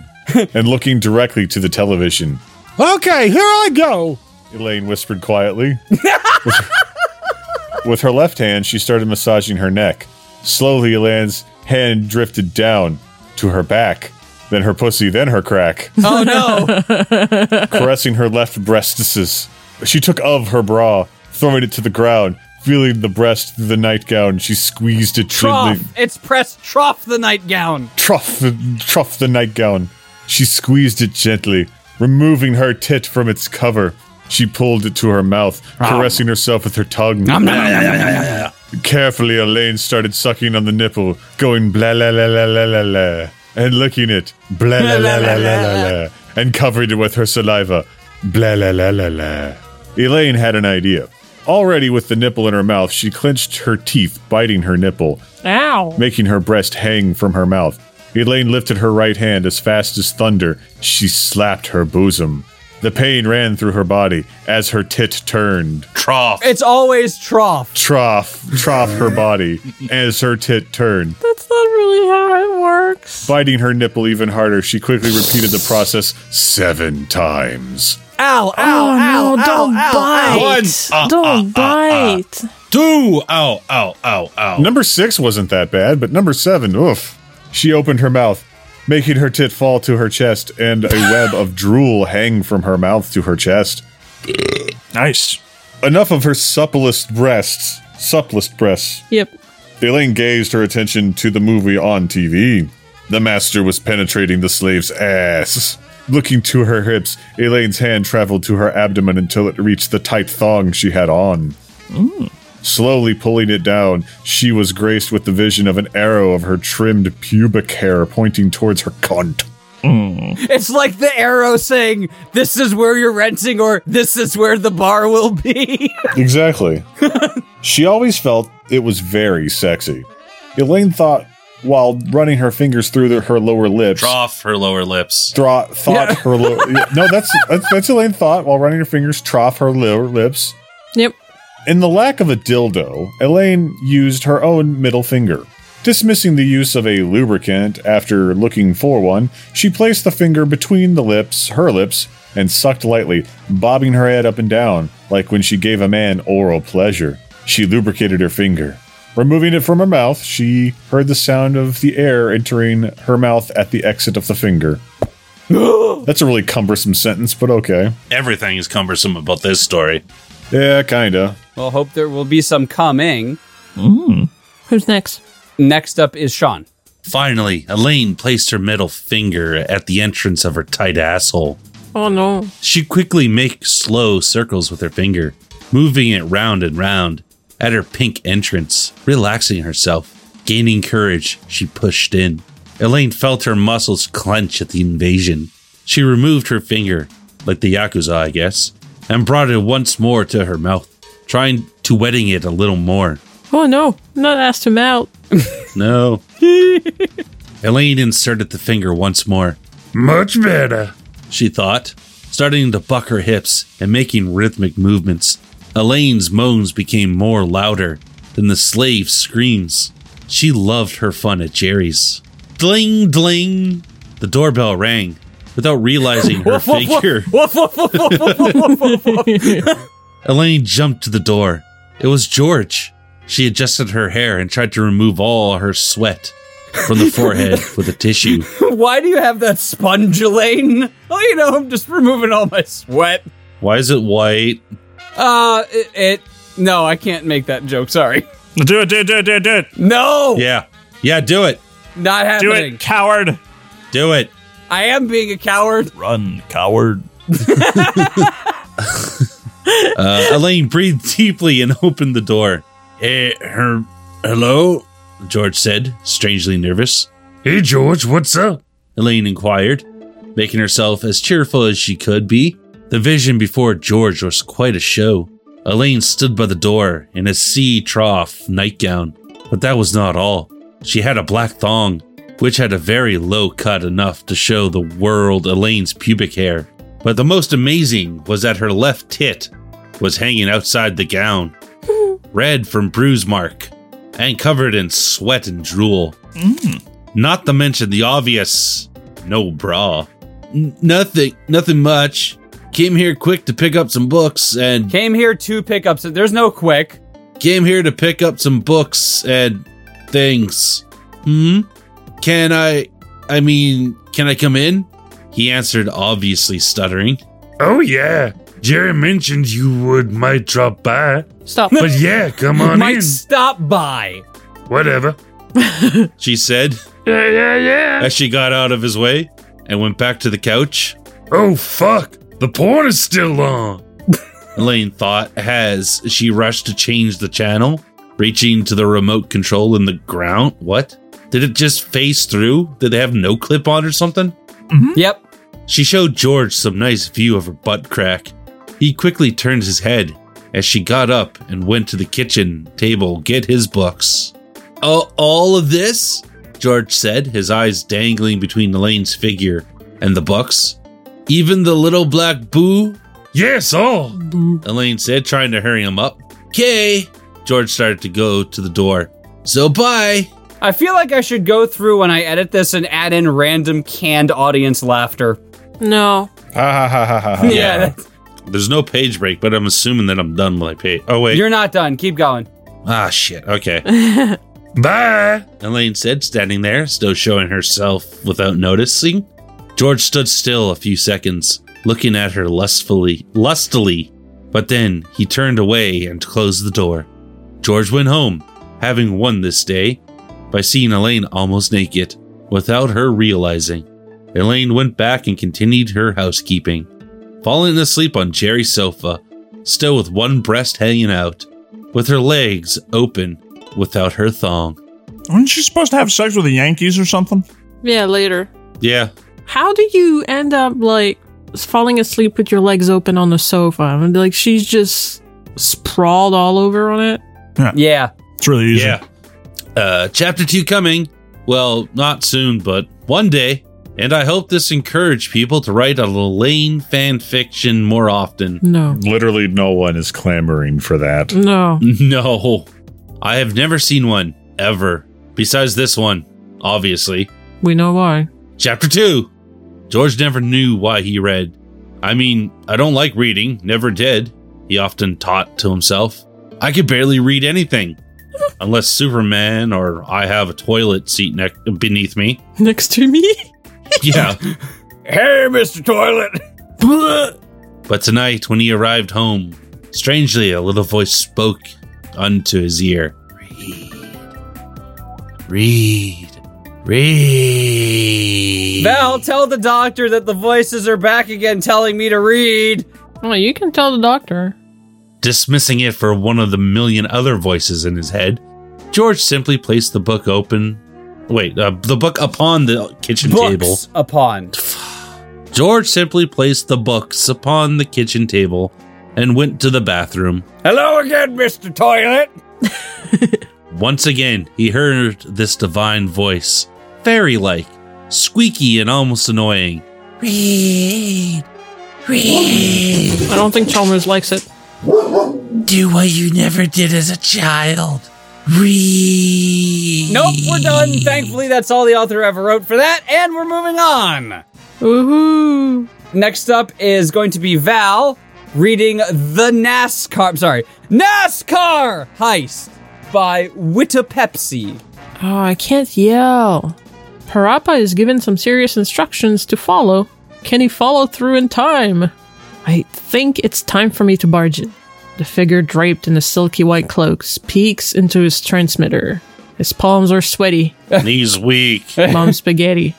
[SPEAKER 2] and looking directly to the television. Okay, here I go, Elaine whispered quietly. With her left hand, she started massaging her neck. Slowly, Elaine's hand drifted down to her back, then her pussy, then her crack,
[SPEAKER 1] Oh no.
[SPEAKER 2] caressing her left breastises. She took of her bra, throwing it to the ground, feeling the breast through the nightgown. She squeezed it
[SPEAKER 1] trough.
[SPEAKER 2] gently.
[SPEAKER 1] It's pressed trough the nightgown.
[SPEAKER 2] Trough the, trough the nightgown. She squeezed it gently, removing her tit from its cover. She pulled it to her mouth, caressing herself with her tongue. Carefully, Elaine started sucking on the nipple, going blah la la la la la la, and licking it blah la la la la la la, and covering it with her saliva blah la la la la. Elaine had an idea. Already with the nipple in her mouth, she clenched her teeth, biting her nipple,
[SPEAKER 4] Ow.
[SPEAKER 2] making her breast hang from her mouth. Elaine lifted her right hand as fast as thunder. She slapped her bosom. The pain ran through her body as her tit turned.
[SPEAKER 5] Trough.
[SPEAKER 1] It's always trough.
[SPEAKER 2] Trough, trough her body as her tit turned.
[SPEAKER 4] That's not really how it works.
[SPEAKER 2] Biting her nipple even harder, she quickly repeated the process seven times.
[SPEAKER 1] Ow, ow,
[SPEAKER 4] Oh,
[SPEAKER 1] ow,
[SPEAKER 4] no,
[SPEAKER 1] ow,
[SPEAKER 4] don't
[SPEAKER 1] ow,
[SPEAKER 4] bite.
[SPEAKER 1] ow.
[SPEAKER 5] One. Ah,
[SPEAKER 4] don't bite.
[SPEAKER 5] Two. Ow, ow, ow, ow.
[SPEAKER 2] Number six wasn't that bad, but number seven, oof. She opened her mouth, making her tit fall to her chest and a web of drool hang from her mouth to her chest.
[SPEAKER 3] Nice.
[SPEAKER 2] Enough of her supplest breasts, supplest breasts,
[SPEAKER 4] Yep.
[SPEAKER 2] Elaine gazed her attention to the movie on TV. The master was penetrating the slave's ass. Looking to her hips, Elaine's hand traveled to her abdomen until it reached the tight thong she had on. Slowly pulling it down, she was graced with the vision of an arrow of her trimmed pubic hair pointing towards her cunt.
[SPEAKER 1] It's like the arrow saying, this is where you're renting or this is where the bar will be.
[SPEAKER 2] Exactly. she always felt it was very sexy. Elaine thought while running her fingers through the, her lower lips.
[SPEAKER 5] Trough her lower lips.
[SPEAKER 2] Thought, thought
[SPEAKER 1] Yeah.
[SPEAKER 2] her lo- yeah, no that's, that's that's Elaine thought while running her fingers trough her lower lips.
[SPEAKER 4] Yep.
[SPEAKER 2] In the lack of a dildo, Elaine used her own middle finger. Dismissing the use of a lubricant after looking for one, she placed the finger between the lips, her lips, and sucked lightly, bobbing her head up and down like when she gave a man oral pleasure. She lubricated her finger. Removing it from her mouth, she heard the sound of the air entering her mouth at the exit of the finger. That's a really cumbersome sentence, but okay.
[SPEAKER 5] Everything is cumbersome about this story.
[SPEAKER 2] Yeah, kinda.
[SPEAKER 1] well, hope there will be some coming.
[SPEAKER 4] Who's next?
[SPEAKER 1] Next up is Sean.
[SPEAKER 5] Finally, Elaine placed her middle finger at the entrance of her tight asshole.
[SPEAKER 4] Oh no.
[SPEAKER 5] She quickly make slow circles with her finger, moving it round and round at her pink entrance, relaxing herself. Gaining courage, she pushed in. Elaine felt her muscles clench at the invasion. She removed her finger, like the Yakuza, I guess, and brought it once more to her mouth, trying to wetting it a little more.
[SPEAKER 4] Oh no, not asked him out.
[SPEAKER 5] No. Elaine inserted the finger once more. Much better, she thought, starting to buck her hips and making rhythmic movements. Elaine's moans became more louder than the slave's screams. She loved her fun at Jerry's. Dling, dling. The doorbell rang without realizing her figure. Elaine jumped to the door. It was George. She adjusted her hair and tried to remove all her sweat from the forehead with a tissue.
[SPEAKER 1] Why do you have that sponge, Elaine? Oh, you know, I'm just removing all my sweat.
[SPEAKER 5] Why is it white?
[SPEAKER 1] Uh, it, it. No, I can't make that joke. Sorry.
[SPEAKER 3] Do it, do it, do it, do it, do it.
[SPEAKER 1] No,
[SPEAKER 5] Yeah. Yeah, do it.
[SPEAKER 1] not
[SPEAKER 3] Do
[SPEAKER 1] happening.
[SPEAKER 3] it, coward.
[SPEAKER 5] Do it.
[SPEAKER 1] I am being a coward.
[SPEAKER 3] Run, coward.
[SPEAKER 5] Uh, Elaine breathed deeply and opened the door. Hey, her, hello? George said, strangely nervous. Hey, George, what's up? Elaine inquired, making herself as cheerful as she could be. The vision before George was quite a show. Elaine stood by the door in a sea trough nightgown, but that was not all. She had a black thong, which had a very low cut enough to show the world Elaine's pubic hair. But the most amazing was that her left tit was hanging outside the gown, red from bruise mark, and covered in sweat and drool. Not to mention the obvious no bra. N- nothing, nothing much. Came here quick to pick up some books and
[SPEAKER 1] Came here two pickups. There's no quick.
[SPEAKER 5] came here to pick up some books and things. Hmm? Can I, I mean, can I come in? He answered, obviously stuttering.
[SPEAKER 8] Oh yeah, Jerry mentioned you would might drop by,
[SPEAKER 4] Stop.
[SPEAKER 8] but yeah, come on
[SPEAKER 1] Might
[SPEAKER 8] in.
[SPEAKER 1] stop by.
[SPEAKER 8] Whatever.
[SPEAKER 5] She said
[SPEAKER 8] Yeah, yeah, yeah.
[SPEAKER 5] as she got out of his way and went back to the couch.
[SPEAKER 8] Oh fuck, the porn is still on.
[SPEAKER 5] Elaine thought as she rushed to change the channel, reaching to the remote control in the ground. What? Did it just phase through? Did they have no clip on or something?
[SPEAKER 1] Yep.
[SPEAKER 5] She showed George some nice view of her butt crack. He quickly turned his head as she got up and went to the kitchen table get his books. Oh, all of this? George said, his eyes dangling between Elaine's figure and the books. Even the little black boo
[SPEAKER 8] Yes, all.
[SPEAKER 5] Elaine said, trying to hurry him up. Okay. George started to go to the door. So bye.
[SPEAKER 1] I feel like I should go through when I edit this and add in random canned audience laughter.
[SPEAKER 4] No.
[SPEAKER 2] Ha ha ha ha ha. ha.
[SPEAKER 5] Oh, Yeah.
[SPEAKER 1] that's-
[SPEAKER 5] There's no page break, but I'm assuming that I'm done with my page. Oh, wait.
[SPEAKER 1] You're not done. Keep going.
[SPEAKER 5] ah, shit. Okay.
[SPEAKER 8] Bye.
[SPEAKER 5] Elaine said, standing there, still showing herself without noticing. George stood still a few seconds, looking at her lustfully, lustily, but then he turned away and closed the door. George went home, having won this day, by seeing Elaine almost naked, without her realizing. Elaine went back and continued her housekeeping, falling asleep on Jerry's sofa, still with one breast hanging out, with her legs open, without her thong.
[SPEAKER 3] Wasn't she supposed to have sex with the Yankees or something?
[SPEAKER 4] Yeah, later.
[SPEAKER 5] Yeah,
[SPEAKER 4] How do you end up like falling asleep with your legs open on the sofa? I mean, like she's just sprawled all over on it.
[SPEAKER 1] Yeah.
[SPEAKER 3] It's really easy.
[SPEAKER 5] Yeah. Uh, chapter two coming. Well, not soon, but one day. And I hope this encouraged people to write a Lane fan fiction more often.
[SPEAKER 4] No,
[SPEAKER 2] Literally, no one is clamoring for that.
[SPEAKER 4] no.
[SPEAKER 5] No, I have never seen one ever. Besides this one, obviously.
[SPEAKER 4] We know why.
[SPEAKER 5] Chapter two. George never knew why he read. I mean, I don't like reading, never did. He often taught to himself. I could barely read anything, unless Superman or I have a toilet seat ne- beneath me.
[SPEAKER 4] Next to me.
[SPEAKER 5] Yeah.
[SPEAKER 1] Hey, Mr. Toilet.
[SPEAKER 5] But tonight, when he arrived home, strangely a little voice spoke unto his ear Read. Read. Read.
[SPEAKER 1] Val, tell the doctor that the voices are back again telling me to read.
[SPEAKER 4] Well, Oh, you can tell the doctor.
[SPEAKER 5] Dismissing it for one of the million other voices in his head, George simply placed the book open. Wait, uh, the book upon the kitchen table.
[SPEAKER 1] Books upon.
[SPEAKER 5] George simply placed the books upon the kitchen table and went to the bathroom.
[SPEAKER 1] Hello again, Mr. Toilet.
[SPEAKER 5] Once again, he heard this divine voice, fairy like, squeaky and almost annoying. Read, read,
[SPEAKER 4] I don't think Chalmers likes it.
[SPEAKER 5] do what you never did as a child. Read.
[SPEAKER 1] Nope, we're done. Thankfully, that's all the author ever wrote for that, and we're moving on.
[SPEAKER 4] Woohoo!
[SPEAKER 1] Next up is going to be Val reading the NASCAR. I'm sorry, NASCAR heist by Witta Pepsi.
[SPEAKER 4] Oh, I can't yell. Parappa is given some serious instructions to follow. Can he follow through in time? I think it's time for me to barge in. The figure draped in a silky white cloak peeks into his transmitter. His palms are sweaty,
[SPEAKER 5] Knees weak.
[SPEAKER 4] mom spaghetti.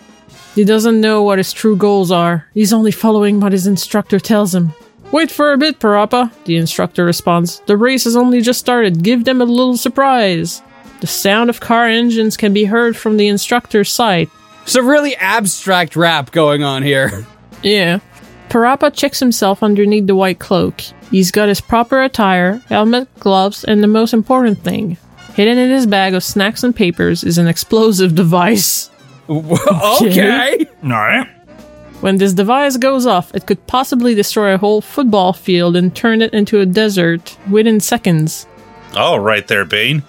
[SPEAKER 4] He doesn't know what his true goals are. He's only following what his instructor tells him. Wait for a bit, Parappa, the instructor responds. The race has only just started. Give them a little surprise. The sound of car engines can be heard from the instructor's side.
[SPEAKER 1] So, really abstract rap going on here.
[SPEAKER 4] Yeah. Parappa checks himself underneath the white cloak. He's got his proper attire, helmet, gloves, and the most important thing. Hidden in his bag of snacks and papers is an explosive device.
[SPEAKER 1] okay.
[SPEAKER 3] All right.
[SPEAKER 4] When this device goes off, it could possibly destroy a whole football field and turn it into a desert within seconds.
[SPEAKER 5] All right, there, Bane.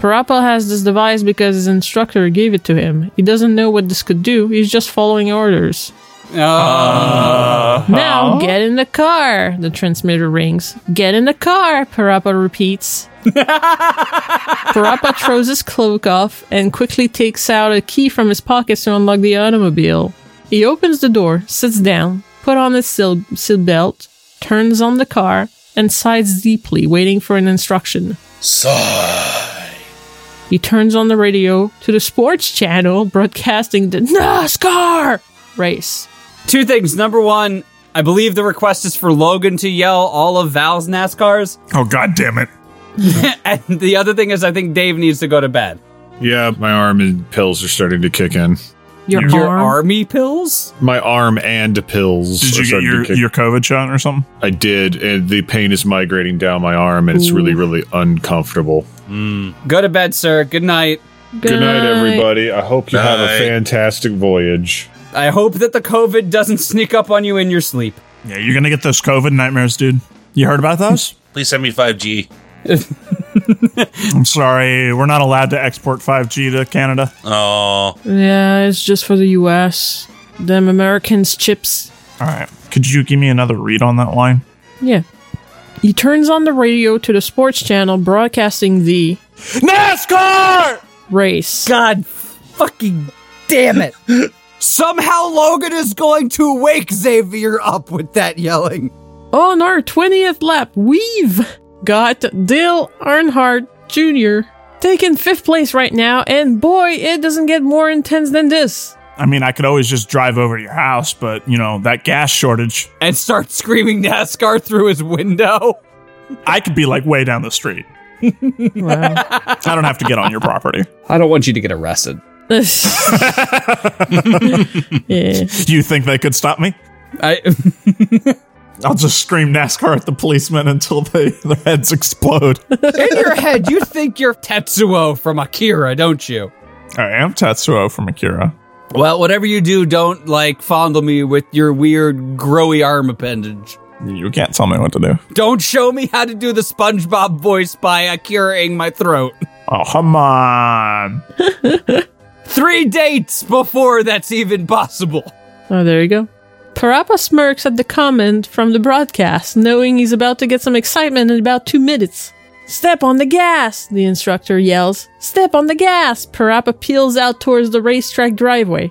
[SPEAKER 4] Parappa has this device because his instructor gave it to him. He doesn't know what this could do, he's just following orders. Now get in the car! The transmitter rings. Get in the car! Parappa repeats. Parappa throws his cloak off and quickly takes out a key from his pocket to unlock the automobile. He opens the door, sits down, put on his sil- seat belt, turns on the car, and sighs deeply, waiting for an instruction. He turns on the radio to the sports channel broadcasting the NASCAR race.
[SPEAKER 1] Two things. Number one, I believe the request is for Logan to yell all of Val's NASCARs.
[SPEAKER 3] Oh god damn it.
[SPEAKER 1] And the other thing is, I think Dave needs to go to bed.
[SPEAKER 2] Yeah, my arm and pills are starting to kick in.
[SPEAKER 4] Your,
[SPEAKER 1] Your
[SPEAKER 4] arm.
[SPEAKER 1] army pills?
[SPEAKER 2] My arm and pills.
[SPEAKER 3] Did
[SPEAKER 2] are
[SPEAKER 3] you get
[SPEAKER 2] starting to
[SPEAKER 3] your,
[SPEAKER 2] kick-
[SPEAKER 3] your COVID shot or something?
[SPEAKER 2] I did, and the pain is migrating down my arm, and it's really, really uncomfortable.
[SPEAKER 1] Go to bed, sir. Good night.
[SPEAKER 2] Good night, everybody. I hope you have
[SPEAKER 5] Night.
[SPEAKER 2] a fantastic voyage.
[SPEAKER 1] I hope that the COVID doesn't sneak up on you in your sleep.
[SPEAKER 3] Yeah, you're gonna get those COVID nightmares, dude. You heard about those?
[SPEAKER 5] Please send me 5G.
[SPEAKER 3] I'm sorry, we're not allowed to export 5G to Canada.
[SPEAKER 5] Oh,
[SPEAKER 4] Yeah, it's just for the US. Them Americans chips.
[SPEAKER 3] All right. Could you give me another read on that line?
[SPEAKER 4] Yeah. He turns on the radio to the sports channel broadcasting the
[SPEAKER 3] NASCAR!
[SPEAKER 4] race.
[SPEAKER 1] God fucking damn it. Somehow Logan is going to wake Xavier up with that yelling.
[SPEAKER 4] On our 20th lap, we've got Dale Earnhardt Jr. taking fifth place right now, and boy, it doesn't get more intense than this.
[SPEAKER 3] I mean, I could always just drive over to your house, but, you know, that gas shortage,
[SPEAKER 1] And start screaming NASCAR through his window.
[SPEAKER 3] I could be like way down the street.
[SPEAKER 4] Wow.
[SPEAKER 3] I don't have to get on your property.
[SPEAKER 1] I don't want you to get arrested.
[SPEAKER 4] yeah.
[SPEAKER 3] You think they could stop me?
[SPEAKER 1] I
[SPEAKER 3] I'll just scream NASCAR at the policemen until they, their heads explode.
[SPEAKER 1] In your head, you think you're Tetsuo from Akira, don't you?
[SPEAKER 3] I am Tatsuo from Akira.
[SPEAKER 1] Well, whatever you do, don't like fondle me with your weird growy arm appendage.
[SPEAKER 3] You can't tell me what to do.
[SPEAKER 1] Don't show me how to do the SpongeBob voice by Akiraing my throat.
[SPEAKER 3] Oh, come on.
[SPEAKER 1] Three dates before that's even possible.
[SPEAKER 4] Oh, there you go. Parappa smirks at the comment from the broadcast, knowing he's about to get some excitement in about two minutes. Step on the gas, the instructor yells. Step on the gas! Parappa peels out towards the racetrack driveway.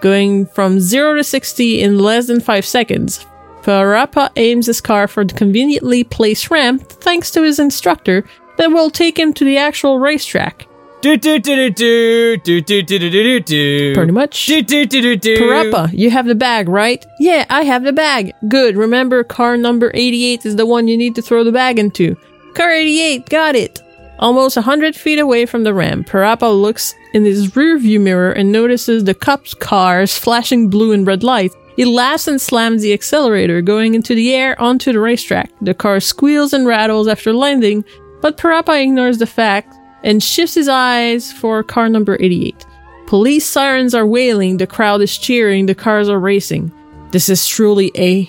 [SPEAKER 4] Going from 0 to 60 in less than 5 seconds, Parappa aims his car for the conveniently placed ramp, thanks to his instructor, that will take him to the actual racetrack.
[SPEAKER 1] Do do do do do do do do do do do.
[SPEAKER 4] Pretty much.
[SPEAKER 1] Do do do do do.
[SPEAKER 4] Parappa, you have the bag, right? Yeah, I have the bag. Good. Remember, car number 88 is the one you need to throw the bag into. Car 88, got it. Almost 100 feet away from the ramp, Parappa looks in his rearview mirror and notices the cop's cars flashing blue and red lights. He laughs and slams the accelerator, going into the air onto the racetrack. The car squeals and rattles after landing, but Parappa ignores the fact and shifts his eyes for car number 88. Police sirens are wailing, the crowd is cheering, the cars are racing. This is truly a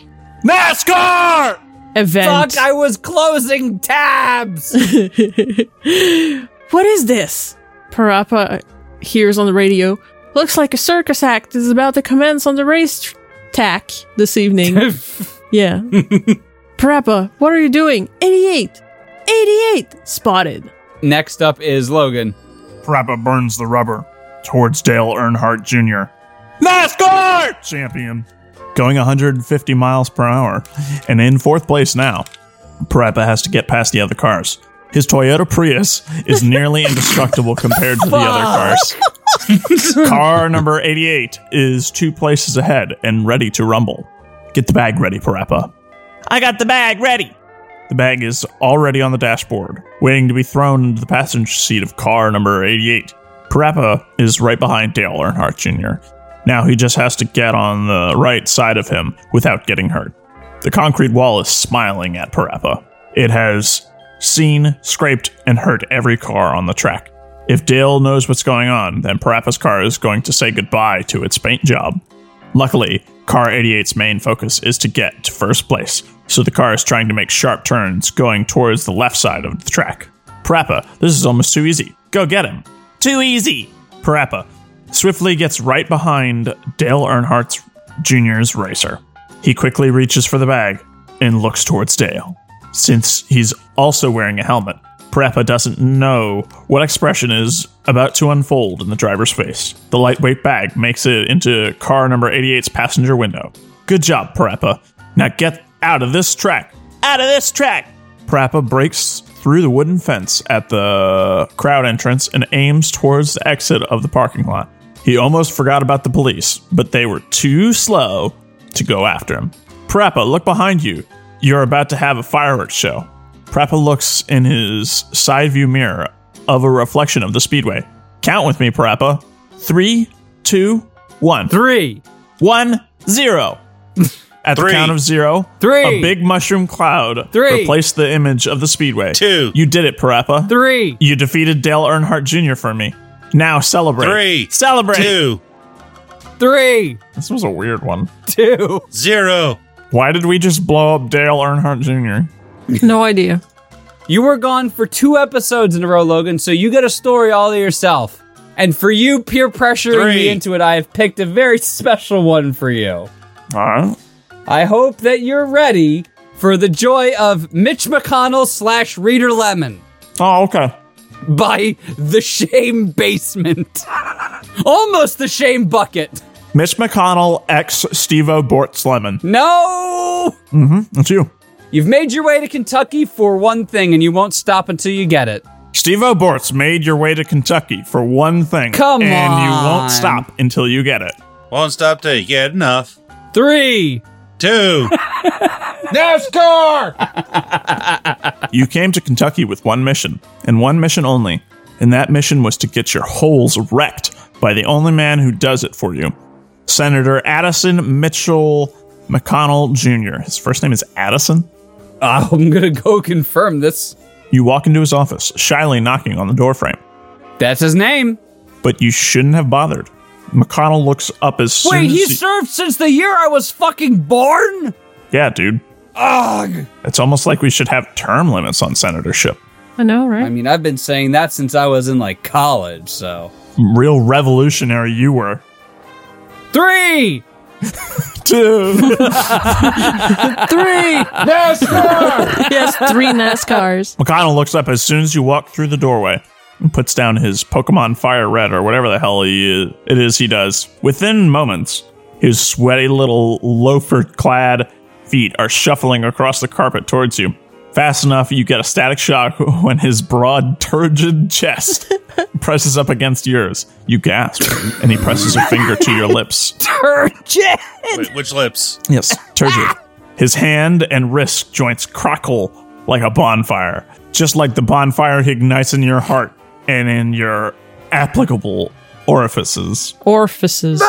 [SPEAKER 3] NASCAR!
[SPEAKER 4] event.
[SPEAKER 1] Fuck, I was closing tabs!
[SPEAKER 4] what is this? Parappa hears on the radio. Looks like a circus act is about to commence on the race tack this evening. yeah. Parappa, what are you doing? 88! 88! Spotted.
[SPEAKER 1] Next up is Logan.
[SPEAKER 3] Parappa burns the rubber towards Dale Earnhardt Jr. NASCAR champion, going 150 miles per hour, and in fourth place now. Parappa has to get past the other cars. His Toyota Prius is nearly indestructible compared to the other cars. Car number 88 is two places ahead and ready to rumble. Get the bag ready, Parappa.
[SPEAKER 7] I got the bag ready.
[SPEAKER 3] The bag is already on the dashboard, waiting to be thrown into the passenger seat of car number 88. Parappa is right behind Dale Earnhardt Jr. Now he just has to get on the right side of him without getting hurt. The concrete wall is smiling at Parappa. It has seen, scraped, and hurt every car on the track. If Dale knows what's going on, then Parappa's car is going to say goodbye to its paint job. Luckily, Car 88's main focus is to get to first place, so the car is trying to make sharp turns going towards the left side of the track. Parappa, this is almost too easy. Go get him.
[SPEAKER 7] Too easy.
[SPEAKER 3] Parappa swiftly gets right behind Dale Earnhardt Jr.'s racer. He quickly reaches for the bag and looks towards Dale. Since he's also wearing a helmet, Parappa doesn't know what expression is about to unfold in the driver's face. The lightweight bag makes it into car number 88's passenger window. Good job, Parappa. Now get out of this track.
[SPEAKER 7] Out of this track.
[SPEAKER 3] Parappa breaks through the wooden fence at the crowd entrance and aims towards the exit of the parking lot. He almost forgot about the police, but they were too slow to go after him. Parappa, look behind you. You're about to have a fireworks show. Parappa looks in his side view mirror of a reflection of the speedway. Count with me, Parappa. Three, two, one.
[SPEAKER 1] Three.
[SPEAKER 3] One, zero. At the
[SPEAKER 5] Three.
[SPEAKER 3] count of zero,
[SPEAKER 1] Three.
[SPEAKER 3] a big mushroom cloud
[SPEAKER 1] Three.
[SPEAKER 3] replaced the image of the speedway.
[SPEAKER 5] Two.
[SPEAKER 3] You did it, Parappa.
[SPEAKER 1] Three.
[SPEAKER 3] You defeated Dale Earnhardt Jr. for me. Now celebrate.
[SPEAKER 5] Three.
[SPEAKER 3] Celebrate.
[SPEAKER 5] Two.
[SPEAKER 1] Three.
[SPEAKER 3] This was a weird one.
[SPEAKER 1] Two.
[SPEAKER 5] Zero.
[SPEAKER 3] Why did we just blow up Dale Earnhardt Jr.?
[SPEAKER 4] No idea.
[SPEAKER 1] You were gone for two episodes in a row, Logan, so you get a story all to yourself. And for you, peer pressuring me
[SPEAKER 5] Three.
[SPEAKER 1] into it, I have picked a very special one for you.
[SPEAKER 3] All right.
[SPEAKER 1] I hope that you're ready for the joy of Mitch McConnell slash Reader Lemon
[SPEAKER 3] Oh, okay.
[SPEAKER 1] by The Shame Basement. Almost The Shame Bucket.
[SPEAKER 3] Mitch McConnell ex Stevo Bortz Lemon.
[SPEAKER 1] No!
[SPEAKER 3] That's you.
[SPEAKER 1] You've made your way to Kentucky for one thing, and you won't stop until you get it.
[SPEAKER 3] Stevo Bortz made your way to Kentucky for one thing.
[SPEAKER 1] Come
[SPEAKER 3] and you
[SPEAKER 1] on.
[SPEAKER 3] won't stop until you get it.
[SPEAKER 5] Won't stop till you get enough.
[SPEAKER 1] Three.
[SPEAKER 5] Two.
[SPEAKER 8] NASCAR!
[SPEAKER 3] You came to Kentucky with one mission, and one mission only, and that mission was to get your holes wrecked by the only man who does it for you Senator Addison Mitchell McConnell Jr. His first name is Addison.
[SPEAKER 1] I'm gonna go confirm this.
[SPEAKER 3] You walk into his office, shyly knocking on the doorframe,
[SPEAKER 1] That's his name.
[SPEAKER 3] but you shouldn't have bothered. McConnell looks up as soon
[SPEAKER 1] Wait,
[SPEAKER 3] as
[SPEAKER 1] he
[SPEAKER 3] he-
[SPEAKER 1] served since the year I was fucking born?
[SPEAKER 3] yeah, dude.
[SPEAKER 1] Ugh.
[SPEAKER 3] It's almost like we should have term limits on senatorship.
[SPEAKER 4] I know, right?
[SPEAKER 1] I mean, I've been saying that since I was in like college, so.
[SPEAKER 3] Real revolutionary you were.
[SPEAKER 1] Three! Uh,
[SPEAKER 3] Dude.
[SPEAKER 4] three!
[SPEAKER 8] NASCAR!
[SPEAKER 4] yes, three NASCARs.
[SPEAKER 3] McConnell looks up as soon as you walk through the doorway and puts down his Pokemon Fire Red or whatever the hell he is, it is he does. Within moments, his sweaty little loafer clad feet are shuffling across the carpet towards you. Fast enough, you get a static shock when his broad, turgid chest presses up against yours. You gasp, and he presses a finger to your lips.
[SPEAKER 1] Turgid!
[SPEAKER 5] Wait, which lips?
[SPEAKER 3] Yes, turgid. His hand and wrist joints crackle like a bonfire, just like the bonfire he ignites in your heart and in your applicable orifices.
[SPEAKER 4] Orifices.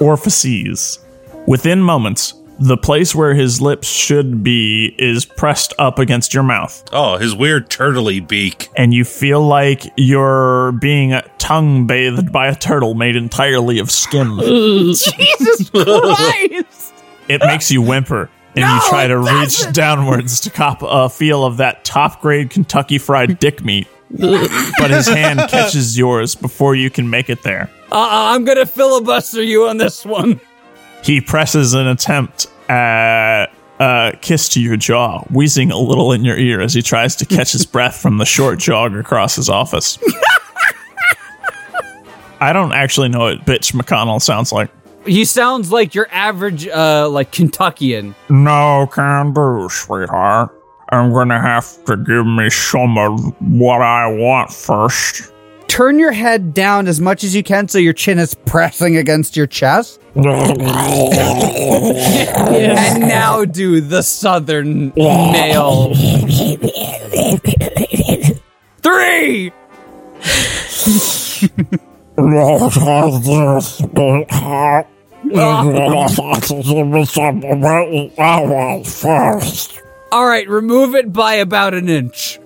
[SPEAKER 3] Orifices. Within moments, the place where his lips should be is pressed up against your mouth,
[SPEAKER 5] Oh, his weird turtley beak.
[SPEAKER 3] and you feel like you're being tongue bathed by a turtle made entirely of skin.
[SPEAKER 1] Jesus Christ!
[SPEAKER 3] It makes you whimper, and you try to reach downwards to cop a feel of that top grade Kentucky fried dick meat. but his hand catches yours before you can make it there.
[SPEAKER 1] Uh-uh, I'm gonna filibuster you on this one.
[SPEAKER 3] He presses an attempt at a kiss to your jaw, wheezing a little in your ear as he tries to catch his breath from the short jog across his office. I don't actually know what Bitch McConnell sounds like.
[SPEAKER 1] He sounds like your average, uh, like Kentuckian.
[SPEAKER 3] No can do, sweetheart. I'm gonna have to give me some of what I want first.
[SPEAKER 1] Turn your head down as much as you can so your chin is pressing against your chest. And now do the southern male. Three! All right, remove it by about an inch.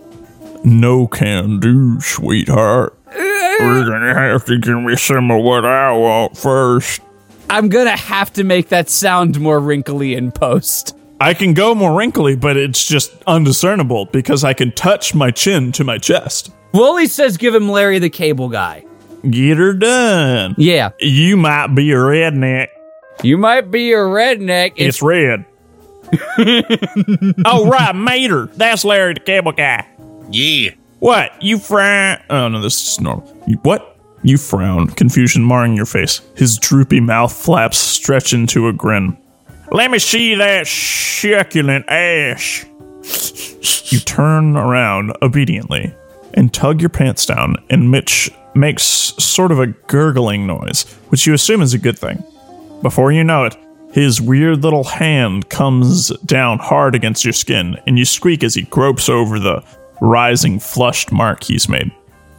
[SPEAKER 3] No can do, sweetheart. You're gonna have to give me some of what I want first.
[SPEAKER 1] I'm gonna have to make that sound more wrinkly in post.
[SPEAKER 3] I can go more wrinkly, but it's just undiscernible because I can touch my chin to my chest.
[SPEAKER 1] Wooly says give him Larry the Cable Guy.
[SPEAKER 3] Get her done.
[SPEAKER 1] Yeah.
[SPEAKER 3] You might be a redneck.
[SPEAKER 1] You might be a redneck. It's
[SPEAKER 3] It's red. oh right, Mater. That's Larry the Cable Guy.
[SPEAKER 5] Yeah.
[SPEAKER 3] What? You frown? Oh no, this is normal. You, what? You frown, confusion marring your face. His droopy mouth flaps stretch into a grin. Let me see that succulent ass. you turn around obediently and tug your pants down, and Mitch makes sort of a gurgling noise, which you assume is a good thing. Before you know it, his weird little hand comes down hard against your skin, and you squeak as he gropes over the rising flushed mark he's made.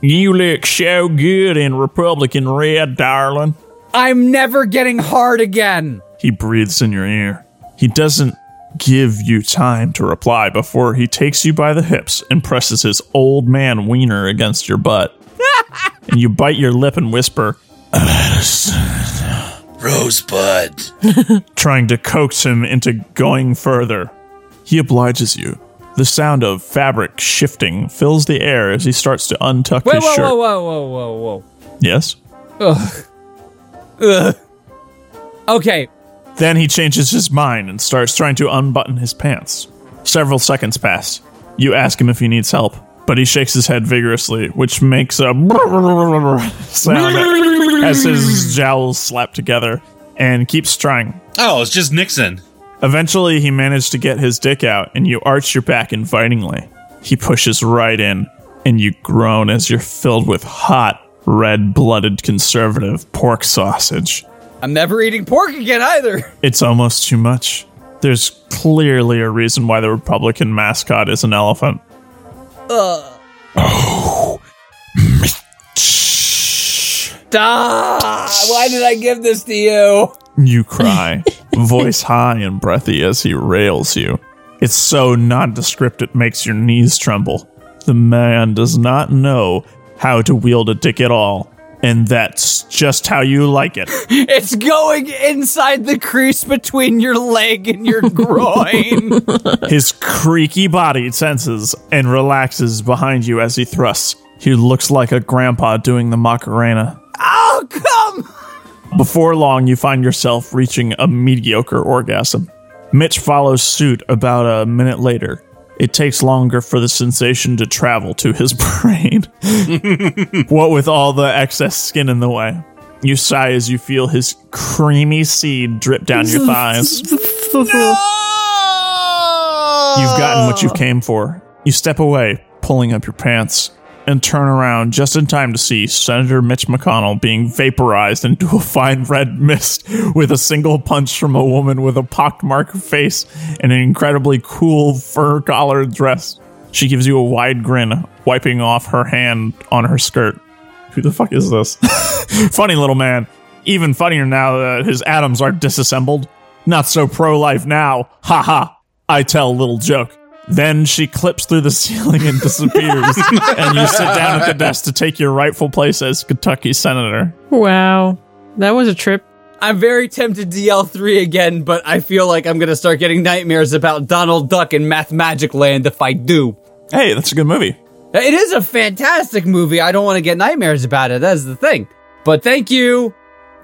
[SPEAKER 3] You look so good in Republican red, darling.
[SPEAKER 1] I'm never getting hard again.
[SPEAKER 3] He breathes in your ear. He doesn't give you time to reply before he takes you by the hips and presses his old man wiener against your butt. and you bite your lip and whisper,
[SPEAKER 5] Rosebud.
[SPEAKER 3] trying to coax him into going further. He obliges you. The sound of fabric shifting fills the air as he starts to untuck
[SPEAKER 1] Whoa,
[SPEAKER 3] his
[SPEAKER 1] whoa,
[SPEAKER 3] shirt.
[SPEAKER 1] whoa, whoa, whoa, whoa,
[SPEAKER 3] Yes.
[SPEAKER 1] whoa. Ugh. Okay.
[SPEAKER 3] Then he changes his mind and starts trying to unbutton his pants. Several seconds pass. You ask him if he needs help, but he shakes his head vigorously, which makes a sound as his jowls slap together and keeps trying.
[SPEAKER 5] Oh, it's just Nixon.
[SPEAKER 3] Eventually, he managed to get his dick out, and you arch your back invitingly. He pushes right in, and you groan as you're filled with hot, red blooded conservative pork sausage.
[SPEAKER 1] I'm never eating pork again either.
[SPEAKER 3] It's almost too much. There's clearly a reason why the Republican mascot is an elephant.
[SPEAKER 1] Stop. Why did I give this to you?
[SPEAKER 3] You cry, voice high and breathy as he rails you. It's so nondescript it makes your knees tremble. The man does not know how to wield a dick at all, and that's just how you like it.
[SPEAKER 1] It's going inside the crease between your leg and your groin.
[SPEAKER 3] His creaky body tenses and relaxes behind you as he thrusts. He looks like a grandpa doing the Macarena.
[SPEAKER 1] oh, come.
[SPEAKER 3] Before long, you find yourself reaching a mediocre orgasm. Mitch follows suit about a minute later. It takes longer for the sensation to travel to his brain. what with all the excess skin in the way. You sigh as you feel his creamy seed drip down your thighs. You've gotten what you came for. You step away, pulling up your pants, and turn around just in time to see Senator Mitch McConnell being vaporized into a fine red mist with a single punch from a woman with a pockmarked face and an incredibly cool fur collared dress. She gives you a wide grin, wiping off her hand on her skirt. Who the fuck is this? Funny little man. Even funnier now that his atoms are disassembled. Not so pro life now. Ha ha. I tell a little joke. Then she clips through the ceiling and disappears, and you sit down at the desk to take your rightful place as Kentucky senator.
[SPEAKER 4] Wow. That was a trip.
[SPEAKER 1] I'm very tempted to yell three again, but I feel like I'm gonna start getting nightmares about Donald Duck and Math Magic Land if I do.
[SPEAKER 3] Hey, that's a good movie.
[SPEAKER 1] It is a fantastic movie. I don't want to get nightmares about it. That's the thing. But thank you.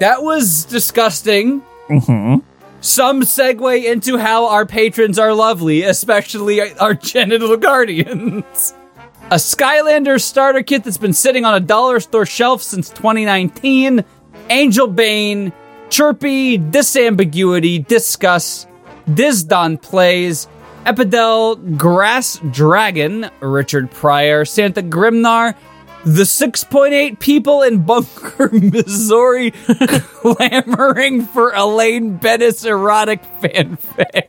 [SPEAKER 1] That was disgusting. Mm-hmm. Some segue into how our patrons are lovely, especially our genital guardians. A Skylander starter kit that's been sitting on a dollar store shelf since 2019. Angel Bane, Chirpy, Disambiguity, Discuss, Dizdon Plays, Epidel, Grass Dragon, Richard Pryor, Santa Grimnar, the 6.8 people in Bunker, Missouri clamoring for Elaine Bennett's erotic fanfic.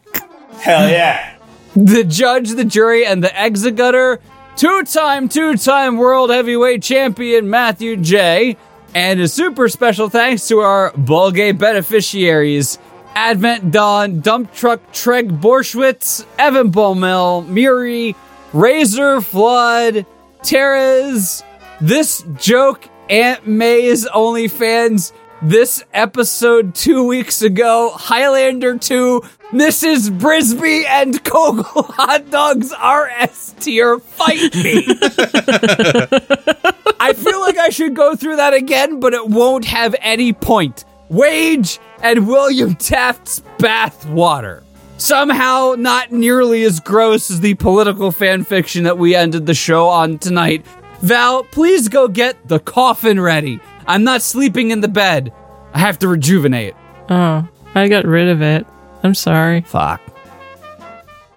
[SPEAKER 7] Hell yeah.
[SPEAKER 1] The judge, the jury, and the executor, two time, two time world heavyweight champion Matthew J. And a super special thanks to our Bulgay beneficiaries Advent Dawn, Dump Truck Treg Borschwitz, Evan Bowmill, Miri, Razor Flood, Terra's this joke Aunt May's OnlyFans this episode two weeks ago, Highlander 2, Mrs. Brisby and Kogel Hot Dogs RS tier fight me. I feel like I should go through that again, but it won't have any point. Wage and William Taft's bathwater. Somehow not nearly as gross as the political fan fiction that we ended the show on tonight. Val, please go get the coffin ready. I'm not sleeping in the bed. I have to rejuvenate.
[SPEAKER 4] Oh, I got rid of it. I'm sorry.
[SPEAKER 1] Fuck.